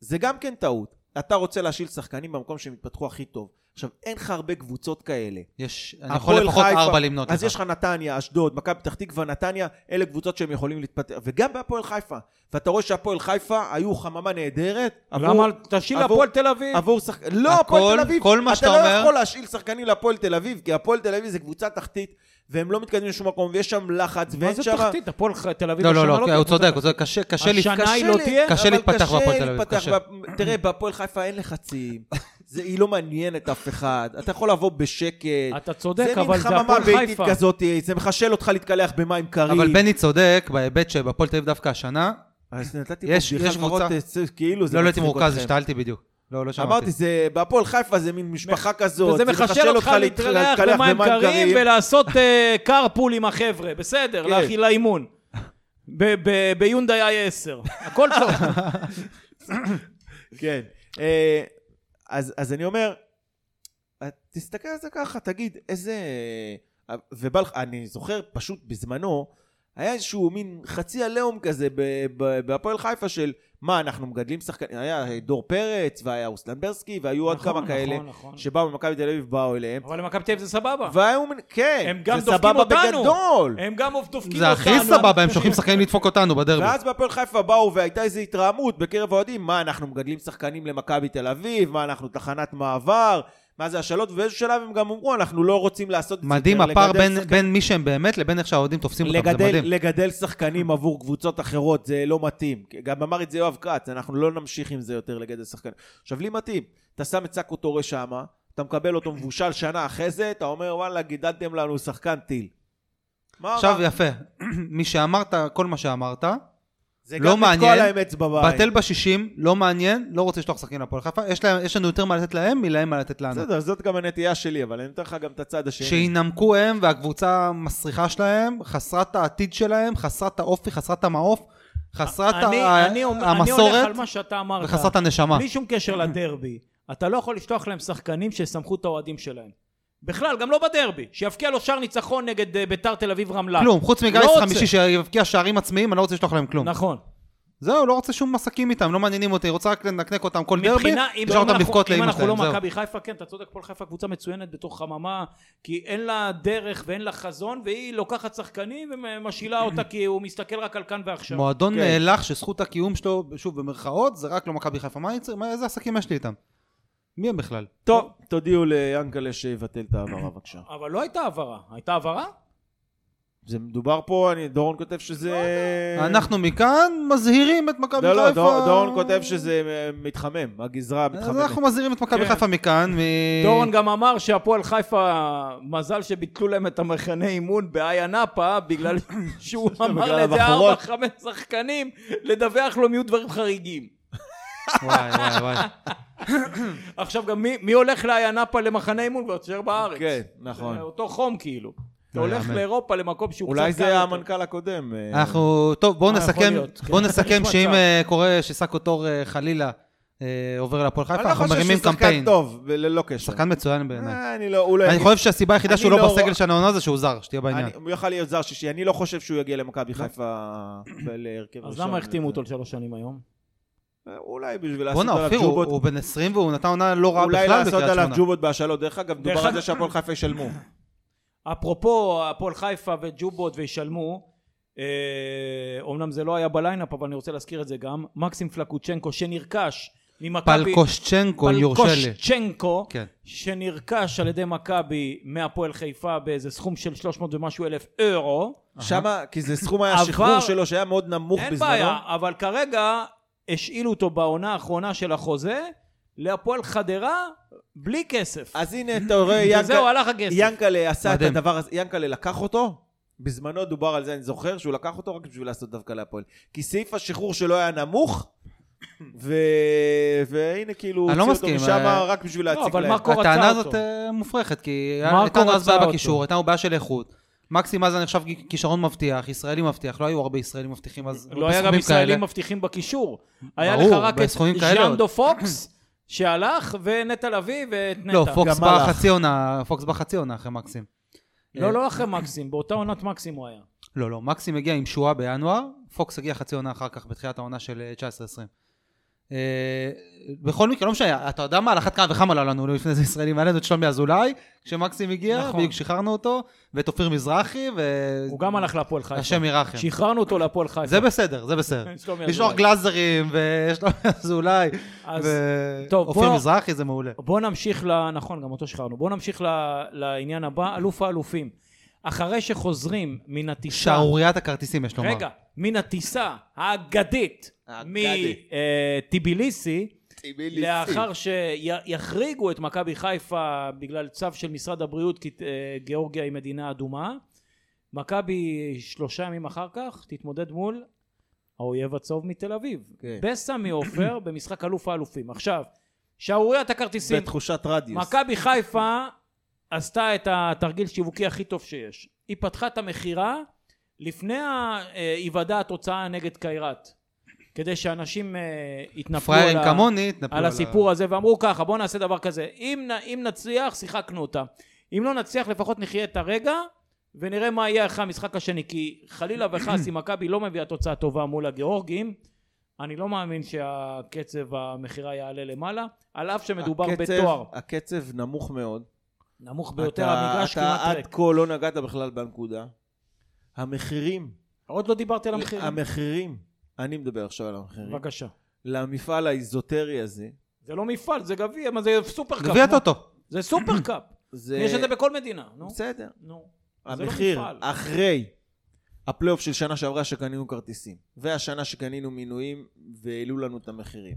זה גם כן טעות. אתה רוצה להשאיל שחקנים במקום שהם יתפתחו הכי טוב. עכשיו, אין לך הרבה קבוצות כאלה.
יש, אני יכול
הפועל
לפחות
חיפה-
ארבע למנות לך.
אז יש לך נתניה, אשדוד, מכבי פתח תקווה, נתניה, אלה קבוצות שהם יכולים להתפתח, וגם בהפועל חיפה. ואתה רואה שהפועל חיפה היו חממה נהדרת. עבור-
למה? תשאיל
עבור-
להפועל תל אביב.
עבור שחק... לא,
הכל-
הפועל תל אביב.
כל מה שאתה
אתה
אומר-
לא יכול להשאיל שחקנים להפועל תל אביב, כי הפועל תל אביב זה קבוצה תחתית, והם לא מתקדמים לשום מקום, ויש שם לחץ,
מה
ואין
זה
שם...
תחתית? הפועל ח- תל אביב
לא, לא,
השנה
לא,
תהיה
הוא צודק,
קבוצה
הוא צודק, קשה, קשה
השנה
לפתח.
היא לא
לי-
תהיה?
קשה
אבל
להתפתח
קשה
בהפועל תל אביב,
להתפתח
קשה.
בה- תראה, בהפועל חיפה אין לחצים, זה- היא לא מעניינת אף אחד, אתה יכול לבוא בשקט.
אתה צודק, אבל זה
מין
הפועל
חממה ביתית
חיפה.
כזאת, זה מחשל אותך להתקלח במים קרים.
אבל בני צודק בהיבט שבפועל תל אביב דווקא השנה,
אז נתתי פה
יש- יש
בדיחה
קבוצה-
מרות, אה, כאילו זה
לא, לא הייתי
מצחיק
מורכז,
אתכם.
השתעלתי בדיוק. לא, לא שמעתי.
אמרתי, זה- בהפועל חיפה זה מין משפחה כזאת,
וזה מחשל אותך להתקלח במים קרים ולעשות אה, קרפול עם החבר'ה, בסדר,
כן.
לאכיל- לאימון. ב- ב- ביונדאי i10, הכל טוב.
כן. אה, אז, אז אני אומר, את- תסתכל על זה ככה, תגיד, איזה... אה, ובא לך, אני זוכר פשוט בזמנו, היה איזשהו מין חצי עליהום כזה ב- ב- בהפועל חיפה של מה, אנחנו מגדלים שחקנים, היה דור פרץ, והיה אוסלנברסקי, והיו עוד
נכון,
כמה כאלה,
נכון, נכון.
שבאו ממכבי תל אביב, באו אליהם,
אבל למכבי תל אביב זה סבבה.
והיו, מין- כן,
הם גם
זה
דופקים
סבבה
אותנו.
בגדול.
הם גם דופקים כאילו אותנו.
זה הכי סבבה, הם שולחים שחקנים לדפוק אותנו בדרבי.
ואז בהפועל חיפה באו והייתה איזו התרעמות בקרב האוהדים, מה אנחנו מגדלים שחקנים למכבי תל אביב, מה אנחנו תחנת מעבר, מה זה השאלות, ובאיזשהו שלב הם גם אמרו, אנחנו לא רוצים לעשות את זה.
מדהים
יותר,
הפער
לגדל
בין-
שחק-
בין מי שהם באמת לבין איך שהאוהדים תופסים אותם, זה
לגדל,
מדהים.
לגדל שחקנים עבור קבוצות אחרות זה לא מתאים. גם אמר את זה יואב כץ, אנחנו לא נמשיך עם זה יותר לגדל שחקנים. עכשיו, לי מתאים, אתה שם את סאקו טורה שמה, אתה מקבל אותו מבושל שנה אחרי זה, אתה אומר, וואלה, גידלתם לנו שחקן טיל. מה,
עכשיו
מה?
יפה, מי שאמרת, כל מה שאמרת,
זה
לא
גם לתקוע
מעניין.
להם אצבע בעין.
בטל בשישים, לא מעניין, לא רוצה לשלוח שחקנים לפועל חיפה, יש להם- יש לנו יותר מה לתת להם מלהם מה לתת לנו.
בסדר, זאת גם הנטייה שלי, אבל אני נותן לך גם את הצד
כן.
השני.
שינמקו הם והקבוצה המסריחה שלהם, חסרת העתיד שלהם, חסרת האופי, חסרת המעוף, חסרת
אני-
ה-
אני אומר- אני הולך על
המסורת
מה שאתה אמרת.
וחסרת הנשמה.
בלי שום קשר לדרבי, אתה לא יכול לשלוח להם שחקנים שיסמכו את האוהדים שלהם. בכלל, גם לא בדרבי. שיבקיע לו שער ניצחון נגד אה, ביתר תל אביב רמלה.
כלום, חוץ מגיס
לא רוצה.
חמישי שיבקיע שערים עצמאיים, אני לא רוצה לשלוח להם כלום.
נכון.
זהו, לא רוצה שום עסקים איתם, לא מעניינים אותי, רוצה רק לנקנק אותם כל דרבי,
מבחינה, אם,
לשלוח
אם,
אותם
אנחנו,
לבכות
אם
לאמא
אנחנו
שלהם,
לא
זהו.
מכבי חיפה, כן, אתה צודק, הפועל חיפה קבוצה מצוינת בתוך חממה, כי אין לה דרך ואין לה חזון, והיא לוקחת שחקנים ומשאילה אותה כי הוא מסתכל רק על כאן ועכשיו.
מועדון
כן.
נאלח שזכות הקיום שלו, שוב במרכאות, זה רק לא מכבי חיפה. מה אני צריך- מה- איזה עסקים יש לי איתם? מי הם בכלל?
טוב, תודיעו ליאנקלה שיבטל את ההעברה בבקשה.
אבל לא הייתה העברה. הייתה העברה?
זה מדובר פה, אני, דורון כותב שזה...
לא
אה.
אנחנו מכאן מזהירים את מכבי
לא,
חיפה.
לא, דור- דורון כותב שזה אה, מתחמם, הגזרה
אז
מתחממת.
אנחנו מזהירים את מכבי
כן.
חיפה מכאן. מ-
דורון גם אמר שהפועל חיפה, מזל שביטלו להם את המכנה אימון באיה נאפה, בגלל שהוא אמר
בגלל
לאיזה
הבחורות.
ארבע, חמש שחקנים, לדווח לו אם יהיו דברים חריגים.
וואי, וואי, וואי.
אה,
עכשיו גם מי, מי הולך לאיה נאפה למחנה אימון כבר תישאר בארץ?
כן, נכון.
אה,
זה אותו חום כאילו. אתה
לא
הולך
יאמן.
לאירופה למקום שהוא
אולי
קצת קל
זה
יותר.
המנכ"ל הקודם. אה,
אנחנו, טוב, בואו
אה, יכול
נסכם,
להיות, כן.
בואו נסכם
יש
שאם
מצב.
אה, קורה שסאקו טור אה, חלילה אה, עובר להפועל חיפה, אנחנו מרימים
אני לא חושב שהוא שחקן
קמפיין.
טוב, וללא קשר.
שחקן מצוין בעיניי.
אה, אני לא, הוא לא...
אני
יגיע.
חושב שהסיבה היחידה
אני
שהוא
לא
לא
רוא-
בסגל של העונה זה שהוא זר, שתהיה בעניין.
אני- הוא יכל להיות זר שישי, אני לא חושב שהוא יגיע למכבי חיפה להרכב ראשון.
אז
לא
למה החתימו אותו לשלוש שנים היום?
אה, אולי בשביל לעשות
בואנה,
עליו
אופיר, הוא הוא
ג'ובות.
בן 20 והוא נתן עונה לא רעה
אולי
בכלל
לעשות
בקריית
עליו
שמונה.
ג'ובות בהשאלות. דרך אגב, דובר
דרך
על זה
אגב-
שהפועל חיפה ישלמו.
אפרופו הפועל חיפה וג'ובות וישלמו, אה, אומנם זה לא היה בליינאפ, אבל אני רוצה להזכיר את זה גם, מקסים פלקוצ'נקו שנרכש ממכבי...
פלקושצ'נקו, אם יורשה לי.
פלקושצ'נקו,
כן.
שנרכש על ידי מכבי מהפועל חיפה באיזה סכום של 300 ומשהו אלף אירו.
שמה, כי זה סכום היה
עבר-
שחרור שלו שהיה מאוד נמוך
אין
בזמנו.
בעיה, אבל כרגע השאילו אותו בעונה האחרונה של החוזה להפועל חדרה בלי כסף.
אז הנה, אתה רואה,
בגלל זה הוא
ינק-
הלך הכסף.
ינקלה עשה את
מדהים.
הדבר הזה, ינקלה לקח אותו, בזמנו דובר על זה, אני זוכר שהוא לקח אותו רק בשביל לעשות דווקא להפועל. כי סעיף השחרור שלו היה נמוך, ו... והנה כאילו,
אני לא
הוציאו אותו
מסכים,
משם
אה,
רק בשביל
לא,
להציק
אבל
להם.
מה קורה? מרקו רצה
הטענה
אותו.
הזאת אה, מופרכת, כי
מרקו
הייתה לנו אז
רצה
בעיה
אותו.
בקישור, הייתה לנו בעיה של איכות. מקסי מאזן נחשב כ- כישרון מבטיח, ישראלי מבטיח, לא היו הרבה ישראלים מבטיחים אז...
לא היה גם
בסכומים
ישראלים
כאלה.
מבטיחים בקישור. היה
ברור,
לך רק את
בסכומים כאלה עוד.
ז'אנדו פוקס, שהלך, ונטע לביא ואת נטע.
לא, פוקס
גם
בא
מלאך.
חצי עונה, פוקס בא חצי עונה אחרי מקסים.
לא, לא אחרי מקסים, באותה עונת מקסים הוא היה.
לא, לא, מקסים הגיע עם שואה בינואר, פוקס הגיע חצי עונה אחר כך בתחילת העונה של אה, 19-20. אה, בכל מקרה, לא משנה, אתה יודע מה, על אחת כמה וכמה לא לנו לפני זה ישראלים, היה לנו את שלומי אזולאי, כשמקסים הגיע,
נכון.
בדיוק שחררנו אותו, ואת אופיר מזרחי, ו...
הוא גם הלך להפועל חיפה.
השם ירחם.
שחררנו אותו להפועל חיפה.
זה בסדר, זה בסדר.
שלומי
לשלוח
אזולאי.
גלאזרים, ושלומי אזולאי,
אז- טוב,
ואופיר
בוא-
מזרחי זה מעולה.
בואו נמשיך ל... נכון, גם אותו שחררנו. בואו נמשיך ל- לעניין הבא, אלוף האלופים. אחרי שחוזרים מן הטיסה...
שערוריית הכרטיסים, יש לומר.
רגע, מן הטיסה האגדית
האגדית.
מטיביליסי,
טיביליסי.
לאחר שיחריגו את מכבי חיפה בגלל צו של משרד הבריאות כי אה, גיאורגיה היא מדינה אדומה, מכבי שלושה ימים אחר כך תתמודד מול האויב הצהוב מתל אביב.
כן.
בסמי עופר במשחק אלוף האלופים. עכשיו, שערוריית הכרטיסים,
בתחושת רדיוס.
מכבי חיפה עשתה את התרגיל שיווקי הכי טוב שיש. היא פתחה את המכירה לפני ה- אה, היוודע התוצאה נגד קיירת. כדי שאנשים אה, יתנפלו
פראיירים
על ה-
כמוני, התנפלו
על הסיפור הזה, ואמרו ככה, בואו נעשה דבר כזה. אם, נ- אם נצליח, שיחקנו אותה. אם לא נצליח, לפחות נחיה את הרגע, ונראה מה יהיה אחרי המשחק השני. כי חלילה וחס, אם מכבי לא מביאה תוצאה טובה מול הגיאורגים, אני לא מאמין שהקצב המכירה יעלה למעלה, על אף שמדובר
הקצב-
בתואר.
הקצב נמוך מאוד.
נמוך ביותר,
אתה-
המגרש
אתה
כמעט
עד
ריק.
כה לא נגעת בכלל בנקודה. המחירים.
עוד לא דיברתי על המחירים.
אה, המחירים. אני מדבר עכשיו על המחירים.
בבקשה.
למפעל האיזוטרי הזה.
זה לא מפעל, זה גביע, מה זה סופר קאפ.
גביע
נו.
טוטו.
זה סופר קאפ.
זה...
יש את זה בכל מדינה. נו.
בסדר.
נו. זה לא
המחיר
מפעל.
אחרי הפלייאוף של שנה שעברה שקנינו כרטיסים, והשנה שקנינו מינויים והעלו לנו את המחירים,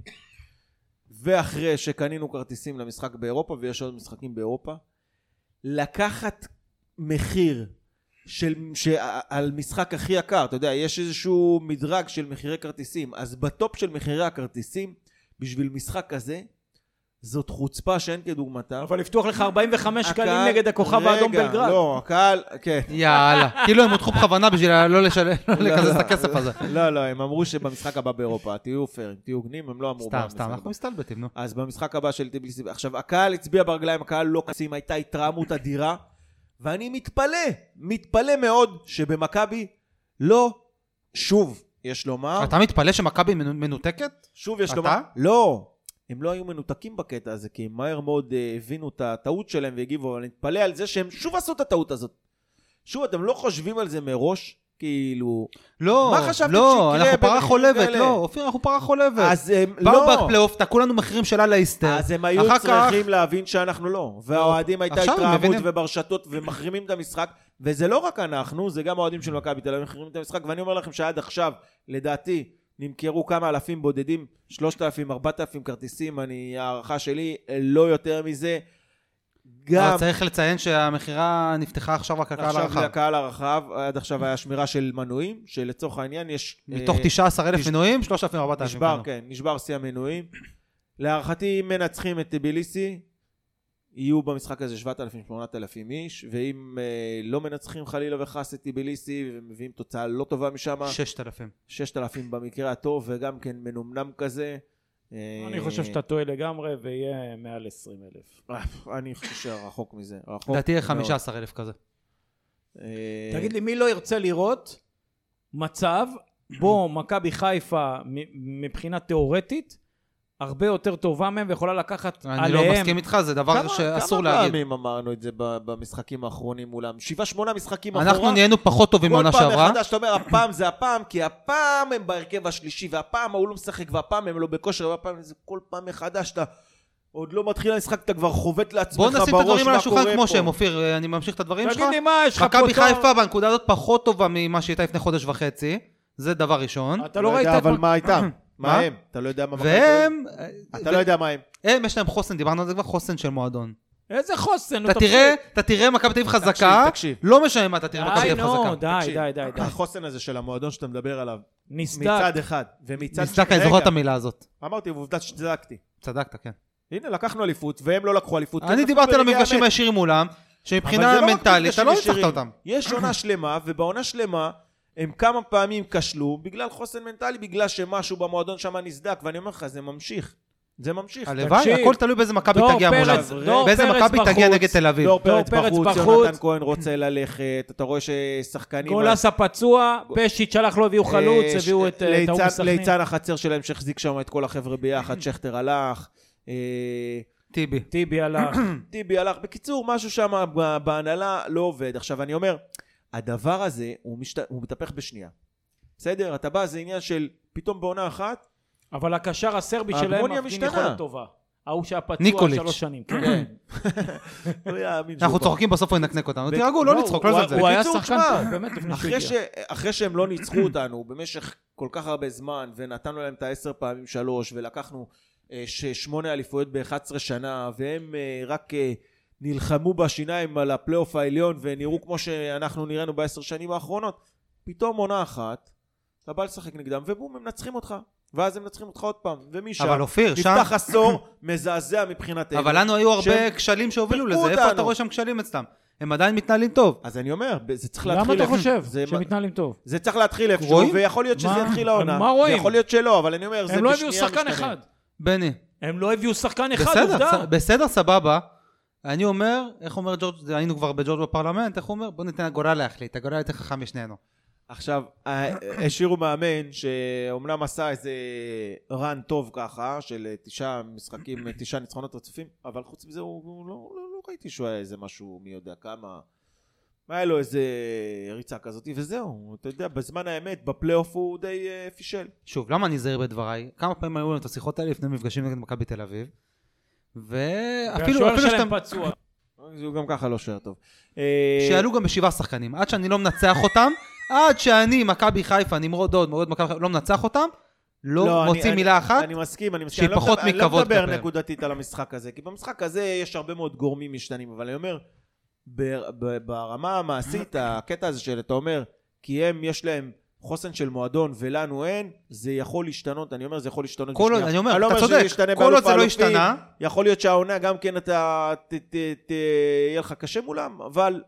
ואחרי שקנינו כרטיסים למשחק באירופה, ויש עוד משחקים באירופה, לקחת מחיר של, ש, על משחק הכי יקר, אתה יודע, יש איזשהו מדרג של מחירי כרטיסים, אז בטופ של מחירי הכרטיסים, בשביל משחק כזה, זאת חוצפה שאין כדוגמתה.
אבל לפתוח לך 45 שקלים
הקהל-
נגד הכוכב האדום
רגע,
בלגרד.
לא, הקהל, כן.
יאללה. כאילו הם הודחו בכוונה בשביל לא לשלם, לא לקזז את הכסף הזה.
לא, לא, הם אמרו שבמשחק הבא באירופה, תהיו פיירים, תהיו הוגנים, הם לא אמרו
סתם,
במשחק
סתם,
הבא.
אנחנו מסתלבטים, נו.
אז במשחק הבא של טיבליסי, עכשיו, הקהל הצביע ברגליים, הקהל לא קסים, הייתה התרעמות אדירה, ואני מתפלא, מתפלא מאוד שבמכבי לא, שוב, יש לומר,
אתה מתפלא שמכבי מנו- מנותקת?
שוב יש
אתה?
לומר, לא, הם לא היו מנותקים בקטע הזה, כי הם מהר מאוד אה, הבינו את הטעות שלהם והגיבו, אבל אני מתפלא על זה שהם שוב עשו את הטעות הזאת. שוב, אתם לא חושבים על זה מראש? כאילו...
לא,
מה חשבתם
לא,
שיקרה
אנחנו פרה
במקרים
חולבת,
כאלה?
לא, אופיר, אנחנו פרה חולבת.
אז הם
באו
לא.
בפלייאוף, תקעו לנו מחירים של אללה היסטר.
אז הם היו
אחר
צריכים להבין שאנחנו לא. והאוהדים הייתה
עכשיו הם
התרעמות
מבינים.
וברשתות ומחרימים את המשחק. וזה לא רק אנחנו, זה גם האוהדים של מכבי תל אביב מחרימים את המשחק. ואני אומר לכם שעד עכשיו, לדעתי, נמכרו כמה אלפים בודדים, 3,000, 4,000 כרטיסים, אני, הערכה שלי, לא יותר מזה. גם
אבל צריך לציין שהמכירה נפתחה עכשיו רק לקהל
עכשיו
הרחב.
לקהל הרחב, עד עכשיו היה שמירה של מנויים, שלצורך העניין יש...
מתוך
אה,
19,000
נש-
מנויים, 3,000-4,000.
נשבר, כן, נשבר שיא המנויים. להערכתי, אם מנצחים את טביליסי, יהיו במשחק הזה 7,000-8,000 איש, ואם אה, לא מנצחים חלילה וחס את טביליסי, ומביאים תוצאה לא טובה משם,
6,000.
אוקיי, 6,000 במקרה הטוב, וגם כן מנומנם כזה. אה,
אני חושב שאתה טועה לגמרי, ויהיה מעל 20 אלף.
אה, אני חושב שרחוק מזה, רחוק.
לדעתי יהיה
מאוד.
15,000 כזה.
אה,
תגיד לי, מי לא ירצה לראות מצב בו מכבי חיפה מ- מבחינה תיאורטית הרבה יותר טובה מהם ויכולה לקחת
אני לא
עליהם
מסכים איתך, זה דבר
כמה-
שאסור
כמה
להגיד.
פעמים אמרנו את זה ב- במשחקים האחרונים מולם? שבעה, שמונה משחקים אחורה?
אנחנו נהיינו פחות טובים
כל
מעונה
פעם
שעברה.
מחדש אתה אומר, הפעם זה הפעם, כי הפעם הם בהרכב השלישי, והפעם ההוא לא משחק, והפעם הם לא בכושר, והפעם זה כל פעם מחדש, אתה עוד לא מתחיל המשחק, אתה כבר חובט לעצמך
בוא
בראש,
נשים את הדברים על
מה
השולחן
קורה
כמו
פה.
שהם, אופיר, אה, אני ממשיך את הדברים שלך.
תגיד לי מה, יש לך פה...
מכבי
תואר-
חיפה בנקודה הזאת פחות טובה ממה שהייתה לפני חודש וחצי, זה דבר ראשון.
אתה לא ראית
יודע,
את...
אבל
מק-
מה הייתה? מה
מה?
הם? אתה לא יודע מה... מכבי תל
והם, אה,
אביב? אתה לא יודע מה הם.
הם, יש להם חוסן, דיברנו על זה כבר, חוסן של מועדון.
איזה חוסן, נו,
אתה תראה, אתה תראה מכבי תל אביב חזקה,
תקשיב.
לא משנה מה אתה תראה מכבי תל
די,
אביב
נו,
חזקה.
די,
תקשיב,
די, די, די.
החוסן הזה של המועדון שאתה מדבר עליו,
נסדק.
מצד אחד, ומצד...
נסדק,
שני-
אני זוכר את
רגע,
המילה הזאת.
אמרתי, ועובדה שצדקתי.
צדקת, כן.
הנה, לקחנו אליפות, והם לא לקחו אליפות.
אני
לקחו
דיברתי על
בליגה
המפגשים
האמת.
הישירים מולם,
אבל
שמבחינה
זה לא רק
מנטלית אתה לא
מפגשים
ניצחת
ישירים.
אותם.
יש עונה שלמה, ובעונה שלמה הם כמה פעמים כשלו בגלל חוסן מנטלי, בגלל שמשהו במועדון שם נסדק, ואני אומר לך, זה ממשיך. זה ממשיך.
הלוואי,
תקשיב,
הכל תלוי באיזה מכבי
דור
תגיע מולם.
פרץ- דור
באיזה
פרץ
מכבי תגיע
בחוץ.
נגד תל אביב.
דור פרץ
דור פרץ
בחוץ,
בחוץ.
יונתן כהן רוצה ללכת, אתה רואה ששחקנים...
גולס הפצוע, פשיץ' שלח לו, הביאו חלוץ,
אה,
הביאו את אה, את ההוא
ליצן-
מסכנין.
ליצן החצר שלהם שהחזיק שם את כל החבר'ה ביחד, שכטר הלך. אה,
טיבי.
טיבי הלך.
טיבי הלך. בקיצור, משהו שם ב- בהנהלה לא עובד. עכשיו, אני אומר, הדבר הזה, הוא, משת... הוא מתהפך בשנייה. בסדר? אתה בא, זה עניין של פתאום בעונה אחת,
אבל הקשר הסרבי שלהם
ההגמוניה
מפגין
משתנה.
יכולת טובה. ההוא שהיה פצוע
ניקוליץ'.
שלוש שנים. כן.
לא יאמין שהוא
אנחנו
בא.
צוחקים בסוף הוא ינקנק אותנו.
ב-
תירגעו, לא
לא,
לצחוק, לא
הוא-
לזלזל.
הוא היה
בקיצור,
שחקן
תשמע,
טוב, באמת, לפני שהוא
אחרי, ש...
הגיע.
אחרי שהם לא ניצחו אותנו במשך כל כך הרבה זמן, ונתנו להם את העשר פעמים שלוש, ולקחנו אה, ש- שמונה אליפויות ב-11 שנה, והם אה, רק אה, נלחמו בשיניים על הפלייאוף העליון, ונראו כמו שאנחנו נראינו בעשר שנים האחרונות, פתאום עונה אחת, אתה בא לשחק נגדם, ובום, הם מנצחים אותך. ואז הם מנצחים אותך עוד פעם, ומשם
אבל אופיר, שם...
נפתח עשור מזעזע מבחינתנו.
אבל לנו היו הרבה
שהם-
כשלים שהובילו
פירקו
לזה. איפה אתה
אותנו.
רואה שם כשלים אצלם? הם עדיין מתנהלים טוב.
אז אני אומר, זה צריך להתחיל...
למה אתה
איפה-
חושב
זה-
שהם מתנהלים טוב?
זה צריך להתחיל איפשהו,
רואים?
ויכול להיות שזה
מה?
יתחיל העונה.
מה רואים?
יכול להיות שלא, אבל אני אומר, זה
הם
בשנייה
לא הביאו שחקן
משתנה.
אחד.
בני,
הם לא הביאו שחקן אחד,
בסדר,
עובדה.
ס- בסדר, סבבה. אני אומר, איך אומר ג'ורג', היינו כבר בג'ורג' בפרלמנט, איך הוא אומר? בוא ניתן הגורל להחליט, הגורל יותר חכם משנינו.
עכשיו, ה- השאירו מאמן שאומנם עשה איזה רן טוב ככה, של אה, תשעה משחקים, אה, תשעה ניצחונות רצופים, אבל חוץ מזה הוא, הוא לא, לא, לא ראיתי שהוא היה איזה משהו מי יודע כמה. היה לו איזה ריצה כזאת, וזהו. אתה יודע, בזמן האמת, בפלייאוף הוא די אה, פישל.
שוב, למה אני זהיר בדבריי? כמה פעמים היו לנו את השיחות האלה לפני מפגשים נגד מכבי תל אביב? ואפילו
והשוער
אפילו שאתה...
שלהם פצוע.
הוא גם ככה לא שוער טוב. אה,
שיעלו גם בשבעה שחקנים, עד שאני לא מנצח אותם, עד שאני, מכבי חיפה, נמרוד עוד, מרוד מכבי חיפה, לא מנצח אותם, לא
אני-
מוציא
אני-
מילה אחת.
אני מסכים, אני מסכים.
שהיא
אני לא
פחות
מדבר-
מכבוד
אני לא מדבר
כלפיהם.
נקודתית על המשחק הזה, כי במשחק הזה יש הרבה מאוד גורמים משתנים, אבל אני אומר, ב- ב- ברמה המעשית, הקטע הזה של אתה אומר, כי הם, יש להם חוסן של מועדון ולנו אין, זה יכול להשתנות, אני אומר, זה יכול להשתנות
כל עוד,
בשנייה.
אני אומר,
אני לא
אתה
אומר שזה
צודק,
ישתנה
כל עוד
באלוף
זה לא
האלופים,
השתנה,
יכול להיות שהעונה גם כן אתה, ת- ת- ת- יהיה לך קשה מולם, אבל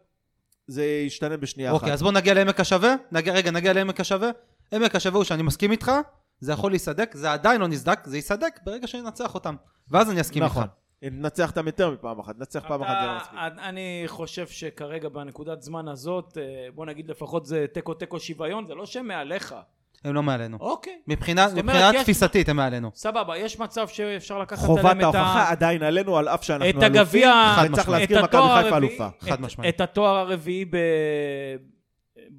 זה ישתנה בשנייה אחת.
אוקיי, אז בואו נגיע לעמק השווה, נגיע, רגע, נגיע לעמק השווה. עמק השווה הוא שאני מסכים איתך, זה יכול להיסדק, זה עדיין לא נסדק, זה ייסדק ברגע שננצח אותם. ואז אני אסכים איתך.
נכון. נצח אותם יותר מפעם אחת, נצח פעם אחת זה לא מספיק.
אתה- אני חושב שכרגע בנקודת זמן הזאת, אה, בוא נגיד לפחות זה תיקו תיקו שוויון, זה לא שהם מעליך.
הם לא מעלינו.
אוקיי,
מבחינה,
זאת אומרת,
מבחינה
יש-
תפיסתית הם מעלינו.
סבבה, יש מצב שאפשר לקחת
חובת
עליהם את
ההוכחה
ה...
עדיין עלינו, על אף שאנחנו
את
אלופים.
הגביע,
חד
וצריך
משמעית.
להזכיר,
את
מכבי
התואר
חיפה
הרביעי-
אלופה.
את-
חד משמעית.
את התואר הרביעי ב...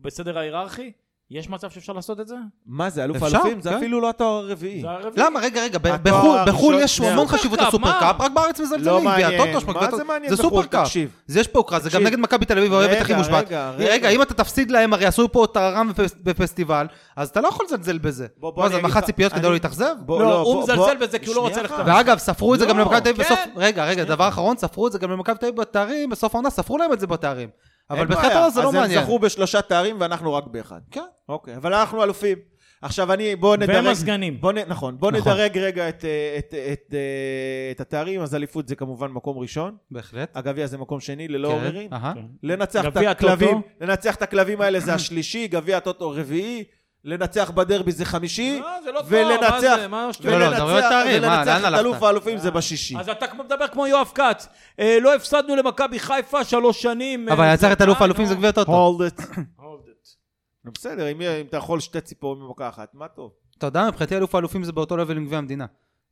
בסדר ההיררכי? יש מצב שאפשר לעשות את זה?
מה זה, אלוף
אפשר,
אלופים? זה
כן.
אפילו לא התואר הרביעי.
זה הרביעי.
למה? רגע, רגע, ב-
התואר
בחו"ל-
הראשון- לא,
בחו"ל יש
שנייה.
המון חשיבות
סופרקאפ,
לסופרקאפ,
מה?
רק בארץ
לא
מזלזלים,
מעניין.
גביע טוטו, שמגביע
מה זה
טוטו.
מעניין
זה
בחו"ל?
סופרקאפ,
תקשיב.
זה יש פה הוקרה, זה גם
תקשיב.
נגד מכבי תל אביב, האוהבת
רגע,
הכי מושבת.
רגע, רגע.
רגע, אם אתה תפסיד להם, הרי עשו פה טררם בפס- בפסטיבל, אז אתה לא יכול לזלזל בזה.
בוא- בוא
מה
אני
זה,
אגיד
מחט
לך,
ציפיות כדי
אני-
לא להתאכזב?
בוא,
לא, הוא
בוא-
מזלזל
בוא-
בזה כי הוא לא רוצה
שנייה
ללכת
אחת.
הביתה.
ואגב, ספרו את זה גם
לא,
למכבי תל אביב
כן.
בסוף... רגע, רגע, דבר אחרון, ספרו את זה גם למכבי תל אביב בתארים, בסוף העונה ספרו להם את זה בתארים. אבל
אין
בתחילת
בעיה.
העונה זה לא מעניין.
אז הם זכו בשלושה תארים ואנחנו רק באחד.
כן.
אוקיי, אבל אנחנו אלופים. עכשיו אני, בואו נדרג...
והם הסגנים.
בוא נ... נכון, בואו
נכון.
נדרג רגע את, אה, את, את, אה, את התארים, אז אליפות זה כמובן מקום ראשון,
בהחלט.
הגביע זה מקום שני ללא
כן,
לא עוררים.
אהה.
כן.
לנצח את
גביע הטוטו.
הכלבים, לנצח את הכלבים האלה זה השלישי, גביע הטוטו רביעי, לנצח בדרבי זה חמישי,
לא, זה לא תואר, מה
ולנצח,
זה? מה השטויות?
לא, לא, מדברים על
ולנצח
תארים, מה, לאן
ולנצח את
הלכת?
אלוף האלופים זה בשישי.
אז אתה כמו- מדבר כמו יואב כץ. אה, לא הפסדנו למכבי חיפה שלוש שנים. אה,
אבל לנצח את
זה-
אלוף
אה,
האלופים
נו.
זה גביע טוטו.
hold it.
Hold it.
בסדר, אם אם אתה יכול שתי ציפורים במכה אחת, מה טוב.
אתה יודע, מבחינתי אלוף האלופים זה באותו לבל עם גביע המדינה.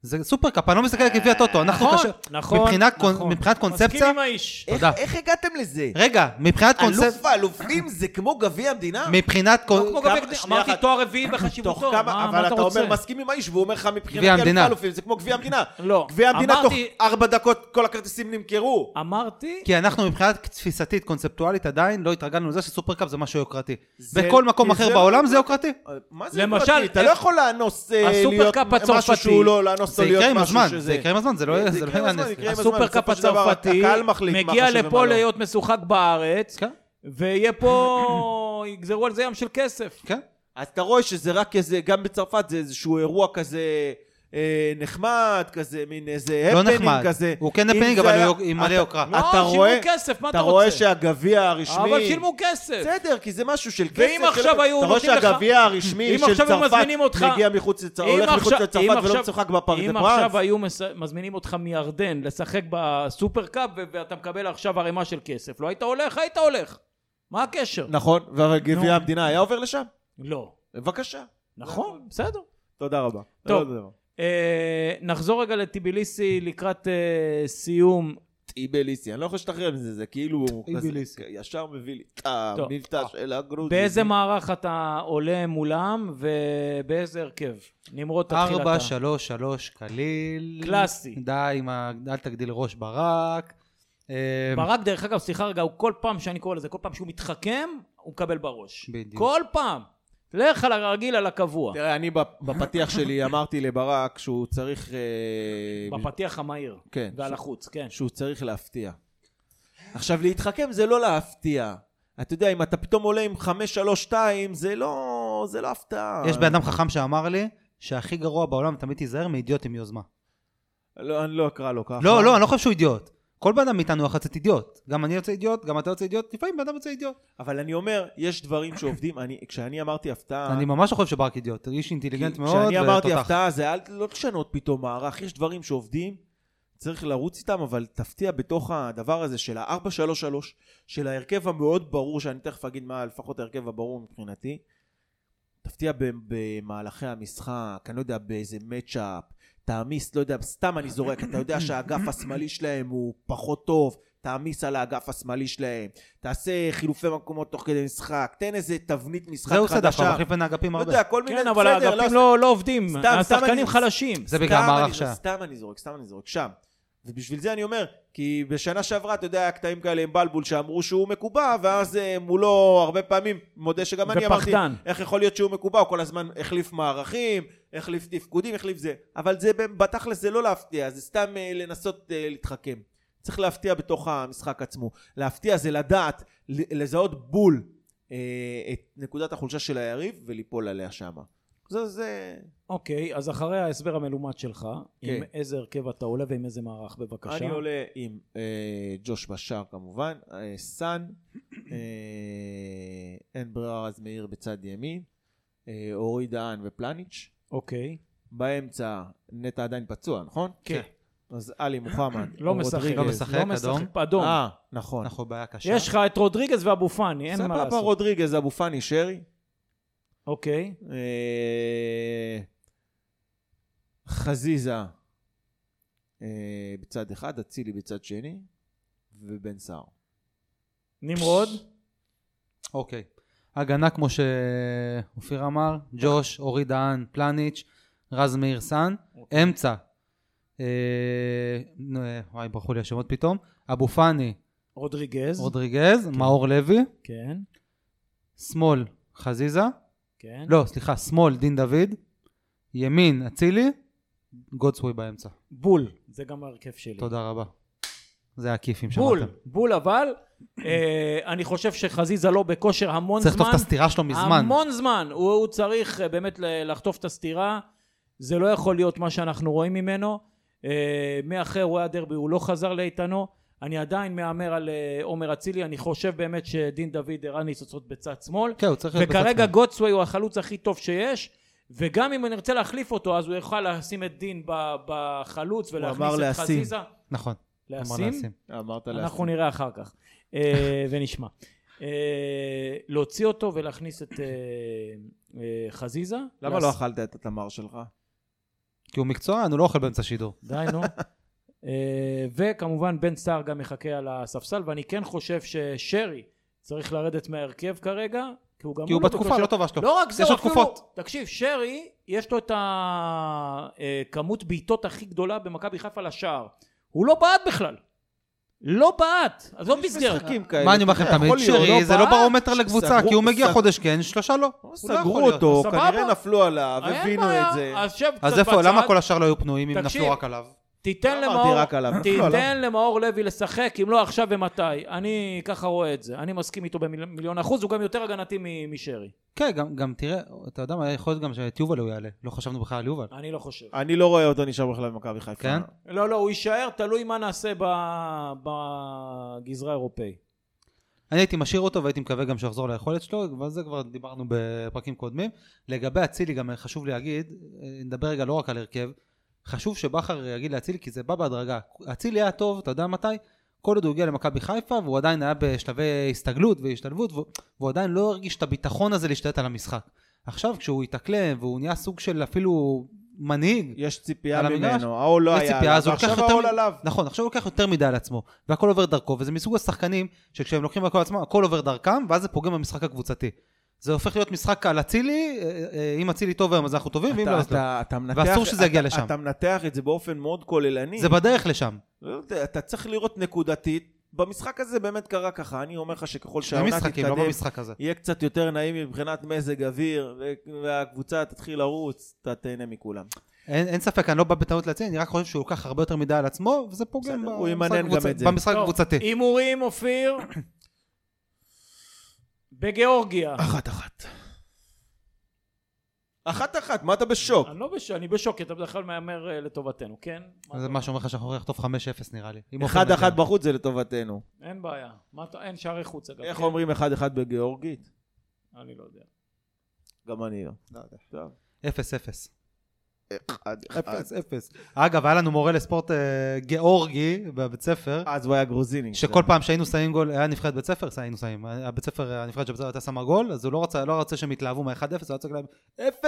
זה סופרקאפ, אני לא מסתכל על גביע טוטו. אנחנו
נכון,
קשה-
נכון,
מבחינה
נכון.
קונ- מבחינת
מסכים
קונספציה... אה,
עם האיש.
תודה.
איך הגעתם לזה?
רגע, מבחינת קונספציה...
האלופים זה כמו גביע המדינה?
מבחינת
לא כמו גביע
קונ-
כמה-
קדם-
שנייה
אמרתי
אחת.
תואר רביעי
תוך
בחשיבותו,
כמה,
מה
אבל
מה אתה
אתה
רוצה?
אומר מסכים עם האיש, והוא אומר לך מבחינתי
גביע
אלוף
המדינה.
האלופים זה כמו גביע המדינה.
לא,
גביע המדינה תוך
אמרתי-
ארבע דקות כל הכרטיסים נמכרו.
אמרתי,
כי אנחנו מבחינת תפיסתית, קונספטואלית, עדיין לא התרגלנו לזה שסופרקאפ זה משהו יוקרתי.
זה-
בכל מקום
כי
אחר
זה-
בעולם זה יוקרתי.
מה זה
למשל,
למשל, אתה
אה,
לא יכול לאנוס אה, להיות
הסופרקאפ
משהו
הצרפתי.
שהוא לא, לאנוס אותו
זה יקרה
להיות
עם
משהו
הזמן,
שזה...
זה יקרה עם הזמן, זה לא
זה
זה לא
יקרה עם הזמן,
ייאנס.
זה יקרה עם הזמן,
הסופרקאפ
בסופו של דבר
הצרפתי
הקהל מחליט מה
מגיע
חשוב ומה
לפה
לא.
להיות משוחק בארץ,
כן.
ויהיה פה, יגזרו על זה ים של כסף.
כן.
אז אתה רואה שזה רק איזה, גם בצרפת זה איזשהו אירוע כזה אה, נחמד, כזה מין איזה
לא
הפנינג
נחמד.
כזה.
הוא כן
אם
הפנינג,
זה
אבל
היה-
הוא עם מלא
אתה-
יוקרה.
לא,
אתה
שילמו
רואה,
כסף, מה אתה
רואה
רוצה?
שהגביע הרשמי...
אבל שילמו כסף.
בסדר, כי זה משהו של כסף.
ואם
של-
עכשיו היו
אתה רואה
נותנים לך-
שהגביע הרשמי
אם
של
עכשיו היו
צרפת
מזמינים אותך-
מגיע מחוץ לצרפת,
אם
הולך מחוץ
עכשיו- אם
לצרפת ולא
עכשיו-
משוחק בפארק דה
אם
פראנס.
עכשיו היו מס- מזמינים אותך מירדן לשחק בסופרקאפ ו- ואתה מקבל עכשיו ערימה של כסף, לא היית הולך? היית הולך. מה הקשר?
נכון, אבל
נו.
גביע המדינה היה עובר לשם?
לא.
בבקשה.
נכון, בסדר.
תודה רבה.
טוב.
לא יודע.
אה, נחזור רגע לטיביליסי לקראת אה, סיום.
טיביליסי, אני לא יכול להשתחרר מזה, זה כאילו...
טיביליסי.
כזה, ישר מביא לי את
טוב.
המבטא
אה.
של הגרוזי.
באיזה מערך אתה עולה מולם ובאיזה הרכב? נמרוד תתחיל אתה.
ארבע, שלוש, שלוש, קליל.
קלאסי.
די, עם ה- אל תגדיל ראש ברק. אה,
ברק, דרך אגב, סליחה רגע, הוא כל פעם שאני קורא לזה, כל פעם שהוא מתחכם, הוא מקבל בראש.
בדיוק.
כל פעם. לך על הרגיל, על הקבוע.
תראה, אני בפ- בפתיח שלי אמרתי לברק שהוא צריך... אה,
בפתיח המהיר.
כן.
ועל החוץ, כן.
שהוא צריך להפתיע. עכשיו, להתחכם זה לא להפתיע. אתה יודע, אם אתה פתאום עולה עם 5-3-2, זה לא... זה לא הפתעה.
אמ, יש בן אדם חכם שאמר לי שהכי גרוע בעולם, תמיד תיזהר מאידיוט עם יוזמה.
לא, אני לא אקרא לו ככה.
לא, לא, אני לא חושב שהוא אידיוט. כל בן אדם מאיתנו יכול לצאת אידיוט. גם אני יוצא אידיוט, גם אתה יוצא אידיוט, לפעמים בן אדם יוצא אידיוט.
אבל אני אומר, יש דברים שעובדים, אני, כשאני אמרתי הפתעה...
אני ממש לא חושב שברק אידיוט, איש
אה. כי
אינטליגנט כן, מאוד
כשאני אמרתי
ותותח.
הפתעה, זה אל, לא תשנות פתאום מערך, יש דברים שעובדים, צריך לרוץ איתם, אבל תפתיע בתוך הדבר הזה של ה-433, של ההרכב המאוד ברור, שאני תכף אגיד מה לפחות ההרכב הברור מבחינתי, תפתיע ב- במהלכי המשחק, אני לא יודע באיזה מצ'אפ, תעמיס, לא יודע, סתם אני זורק, אתה יודע שהאגף השמאלי שלהם הוא פחות טוב, תעמיס על האגף השמאלי שלהם, תעשה חילופי מקומות תוך כדי משחק, תן איזה תבנית משחק
זה הוא
חדשה.
עושה דווקא, הוא מחליף בין האגפים
לא
הרבה.
יודע, כל מיני,
כן, אבל
בסדר,
האגפים לא לא עובדים.
סתם, סתם אני-
השחקנים חלשים.
זה
סתם
בגלל
אני-
המערך שהיה.
סתם אני זורק, סתם אני זורק, שם. ובשביל זה אני אומר, כי בשנה שעברה, אתה יודע, היה קטעים כאלה עם בלבול שאמרו שהוא מקובע, ואז אה, מולו הרבה פעמים, מודה שגם אני אמרתי,
ופחדן.
איך יכול להיות שהוא מקובע, הוא כל הזמן החליף מערכים, החליף תפקודים, החליף זה. אבל זה, ב- בתכלס זה לא להפתיע, זה סתם אה, לנסות אה, להתחכם. צריך להפתיע בתוך המשחק עצמו. להפתיע זה לדעת, ל- לזהות בול אה, את נקודת החולשה של היריב וליפול עליה שמה. זה, זה...
אוקיי, אז אחרי ההסבר המלומד שלך, עם
כן.
איזה הרכב אתה עולה ועם איזה מערך, בבקשה.
אני עולה עם אה, ג'וש בשאר כמובן, אה, סאן, אה, אין ברירה אז מאיר בצד ימין, אה, אורי דהן ופלניץ',
אוקיי.
באמצע נטע עדיין פצוע, נכון?
כן.
אז עלי מוחמד,
לא
או
משחק.
רודריגז.
לא משחק, אדום.
אדום.
אה, נכון.
אנחנו בעיה קשה.
יש לך את רודריגז ואבו פאני, אין מה
סבבה,
לעשות.
רודריגז, אבו פאני, שרי.
אוקיי.
אה, חזיזה אה, בצד אחד, אצילי בצד שני, ובן סער.
נמרוד.
אוקיי. הגנה, כמו שאופיר אמר, ג'וש, אורי דהן, פלניץ', רז מאיר סאן,
אוקיי.
אמצע. אה, נו, אה, וואי, ברחו לי השמות פתאום. אבו פאני,
רודריגז,
רודריגז, מאור לוי,
כן,
שמאל, חזיזה,
כן.
לא, סליחה, שמאל, דין דוד, ימין, אצילי, גודסווי באמצע.
בול, זה גם ההרכב שלי.
תודה רבה. זה היה כיף אם
בול,
שמעתם.
בול אבל, אה, אני חושב שחזיזה לא בכושר המון זמן.
צריך לכתוב את הסתירה שלו מזמן.
המון זמן. הוא, הוא צריך אה, באמת ל- לחטוף את הסטירה. זה לא יכול להיות מה שאנחנו רואים ממנו. אה, מאחרי אירועי הדרבי הוא לא חזר לאיתנו. אני עדיין מהמר על אה, עומר אצילי. אני חושב באמת שדין דוד הראה ניצוצות בצד שמאל.
כן, הוא צריך להיות בצד
וכרגע
שמאל.
גוטסווי הוא החלוץ הכי טוב שיש. וגם אם נרצה להחליף אותו, אז הוא יוכל לשים את דין ב- בחלוץ
אמר
ולהכניס את
להשים.
חזיזה.
נכון. אמר
להשים?
אמרת
אנחנו נראה אחר כך אה, ונשמע. אה, להוציא אותו ולהכניס את אה, אה, חזיזה.
למה
להס-
לא אכלת את התמר שלך?
כי הוא מקצוען, הוא לא אוכל באמצע שידור.
די, נו. אה, וכמובן בן סער גם מחכה על הספסל, ואני כן חושב ששרי צריך לרדת מההרכב כרגע, כי הוא גם...
כי הוא
לא
בתקופה
בכושר.
לא טובה שלו.
לא רק זה,
יש
הוא
לו
אפילו...
תקופות.
תקשיב, שרי, יש לו את הכמות בעיטות הכי גדולה במכבי חיפה לשער. הוא לא בעט בכלל. לא בעט. עזוב מסגרת.
משחקים כאלה.
מה אני אומר לכם,
אתה יודע,
תמיד
יכול להיות,
שרי,
לא
זה לא
בעט,
ברומטר לקבוצה,
סגרו-
כי הוא מגיע
סג-
חודש כן, שלושה לא. הוא לא יכול
סגרו
להיות.
אותו,
סבבה.
כנראה נפלו עליו,
אין
הבינו
בעיה.
את זה.
אז שב קצת בצד.
אז איפה, למה כל השאר לא היו פנויים אם
תקשיב.
נפלו רק עליו?
תיתן
לא אמרתי
למאור,
רק עליו, לא
תיתן
עליו.
למאור לוי לשחק, אם לא עכשיו ומתי. אני ככה רואה את זה. אני מסכים איתו במיליון אחוז, הוא גם יותר הגנתי מ- משרי.
כן, גם- גם תראה, אתה יודע מה, יכול להיות גם שאת יובל הוא יעלה. לא חשבנו בכלל על יובל.
אני לא חושב.
אני לא רואה אותו נשאר בכלל במכבי חיפה.
כן?
לא, לא, הוא יישאר, תלוי מה נעשה ב- בגזרה האירופאית.
אני הייתי משאיר אותו והייתי מקווה גם שהוא יחזור ליכולת שלו, ועל זה כבר דיברנו בפרקים קודמים. לגבי אצילי גם חשוב להגיד, אה, נדבר רגע לא רק על הרכב, חשוב שבכר יגיד לאצילי כי זה בא בהדרגה. אצילי היה טוב, אתה יודע מתי? כל עוד הוא הגיע למכבי חיפה והוא עדיין היה בשלבי הסתגלות והשתלבות והוא- והוא עדיין לא הרגיש את הביטחון הזה להשתלט על המשחק. עכשיו כשהוא התאקלם והוא נהיה סוג של אפילו מנהיג,
יש ציפייה
על המגרש?
ממנו, העול לא
יש
היה
ציפייה,
עליו,
אז הוא לוקח
ועכשיו
יותר
העול
מ-
עליו.
נכון, עכשיו הוא לוקח יותר מדי על עצמו, והכל עובר דרכו, וזה מסוג השחקנים שכשהם לוקחים הכל על עצמם, הכל עובר דרכם, ואז זה פוגם במשחק הקבוצתי. זה הופך להיות משחק על אצילי, אה, אה, אם אצילי טוב היום אז אנחנו טובים, ואם לא
אתה-
אז לא.
אתה- אתה מנתח-
ואסור שזה יגיע
אתה-
לשם.
אתה מנתח את זה באופן מאוד כוללני.
זה בדרך לשם.
לא יודע, אתה צריך לראות נקודתית. במשחק הזה באמת קרה ככה, אני אומר לך שככל
שני
שהעונה
משחקים, לא
תתקדם,
במשחק הזה.
יהיה קצת יותר נעים מבחינת מזג אוויר, ו- והקבוצה תתחיל לרוץ, אתה תהנה מכולם.
אין אין ספק, אני לא בא בטעות להציל, אני רק חושב שהוא לוקח הרבה יותר מדי על עצמו, וזה פוגם
בסדר,
ב-
הוא
במשחק
ימנן גם
הקבוצ-
את זה.
במשחק
טוב,
הקבוצתי.
הימורים, אופיר. בגיאורגיה.
אחת אחת. אחת אחת, מה אתה בשוק?
אני לא בש... אני בשוק, אתה בדרך כלל מהמר אה, לטובתנו, כן?
זה מה שאומר לך שאנחנו הולכים לחטוף 5-0 נראה לי. אם
אחד
אופן
אחת
מגיע.
בחוץ זה לטובתנו.
אין בעיה. מה אתה... אין שערי חוץ, אגב.
איך
כן?
אומרים אחד אחד בגיאורגית?
אני לא יודע.
גם אני לא. טוב.
0-0.
אחד אחד.
0-0. אגב, היה לנו מורה לספורט אה, גיאורגי בבית ספר.
אז הוא היה גרוזיני.
שכל פעם שהיינו שמים גול, היה נבחרת בית ספר, היינו שמים, הבית ספר, הנבחרת של בית ספר הייתה שמה גול, אז הוא לא רצה, לא רצה שהם יתלהבו מ-1-0, הוא היה צועק להם 0-0!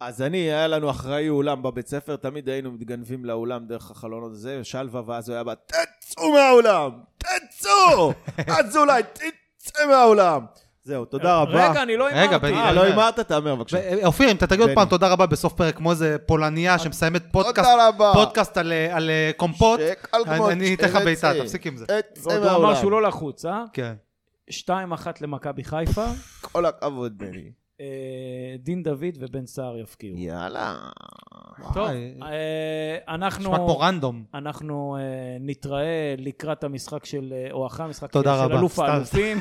אז אני, היה לנו אחראי אולם בבית ספר, תמיד היינו מתגנבים לאולם דרך החלון הזה, שלווה, ואז הוא היה בא, תצאו מהאולם! תצאו! אזולאי, תצא מהאולם! זהו, תודה רבה.
רגע, אני לא
רגע,
הימרתי.
בן-
אה, לא הימרת? תאמר בבקשה.
ו- אה, אופיר, אם אתה תגיד עוד
בני.
פעם תודה רבה בסוף פרק, כמו איזה פולניה שמסיימת פודקאסט,
תודה רבה.
פודקאסט על, אה, על אה, קומפוט, אני- אני אתן לך בעיטה, תפסיק עם זה.
תצא
ועוד הוא אמר שהוא לא לחוץ, אה?
כן.
2-1 למכבי חיפה,
כל הכבוד, בני.
אה, דין דוד ובן סער יפקיעו.
יאללה.
טוב,
וואי,
אה, אנחנו...
נשמע כמו רנדום.
אנחנו אה, נתראה לקראת המשחק של, אה, או אחרי המשחק
תודה
של
רבה,
אלוף
סתם.
האלופים.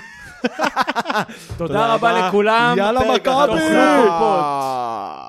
תודה רבה לכולם.
יאללה,
פרק
מכבי!
תאכלו קולפות.
אה.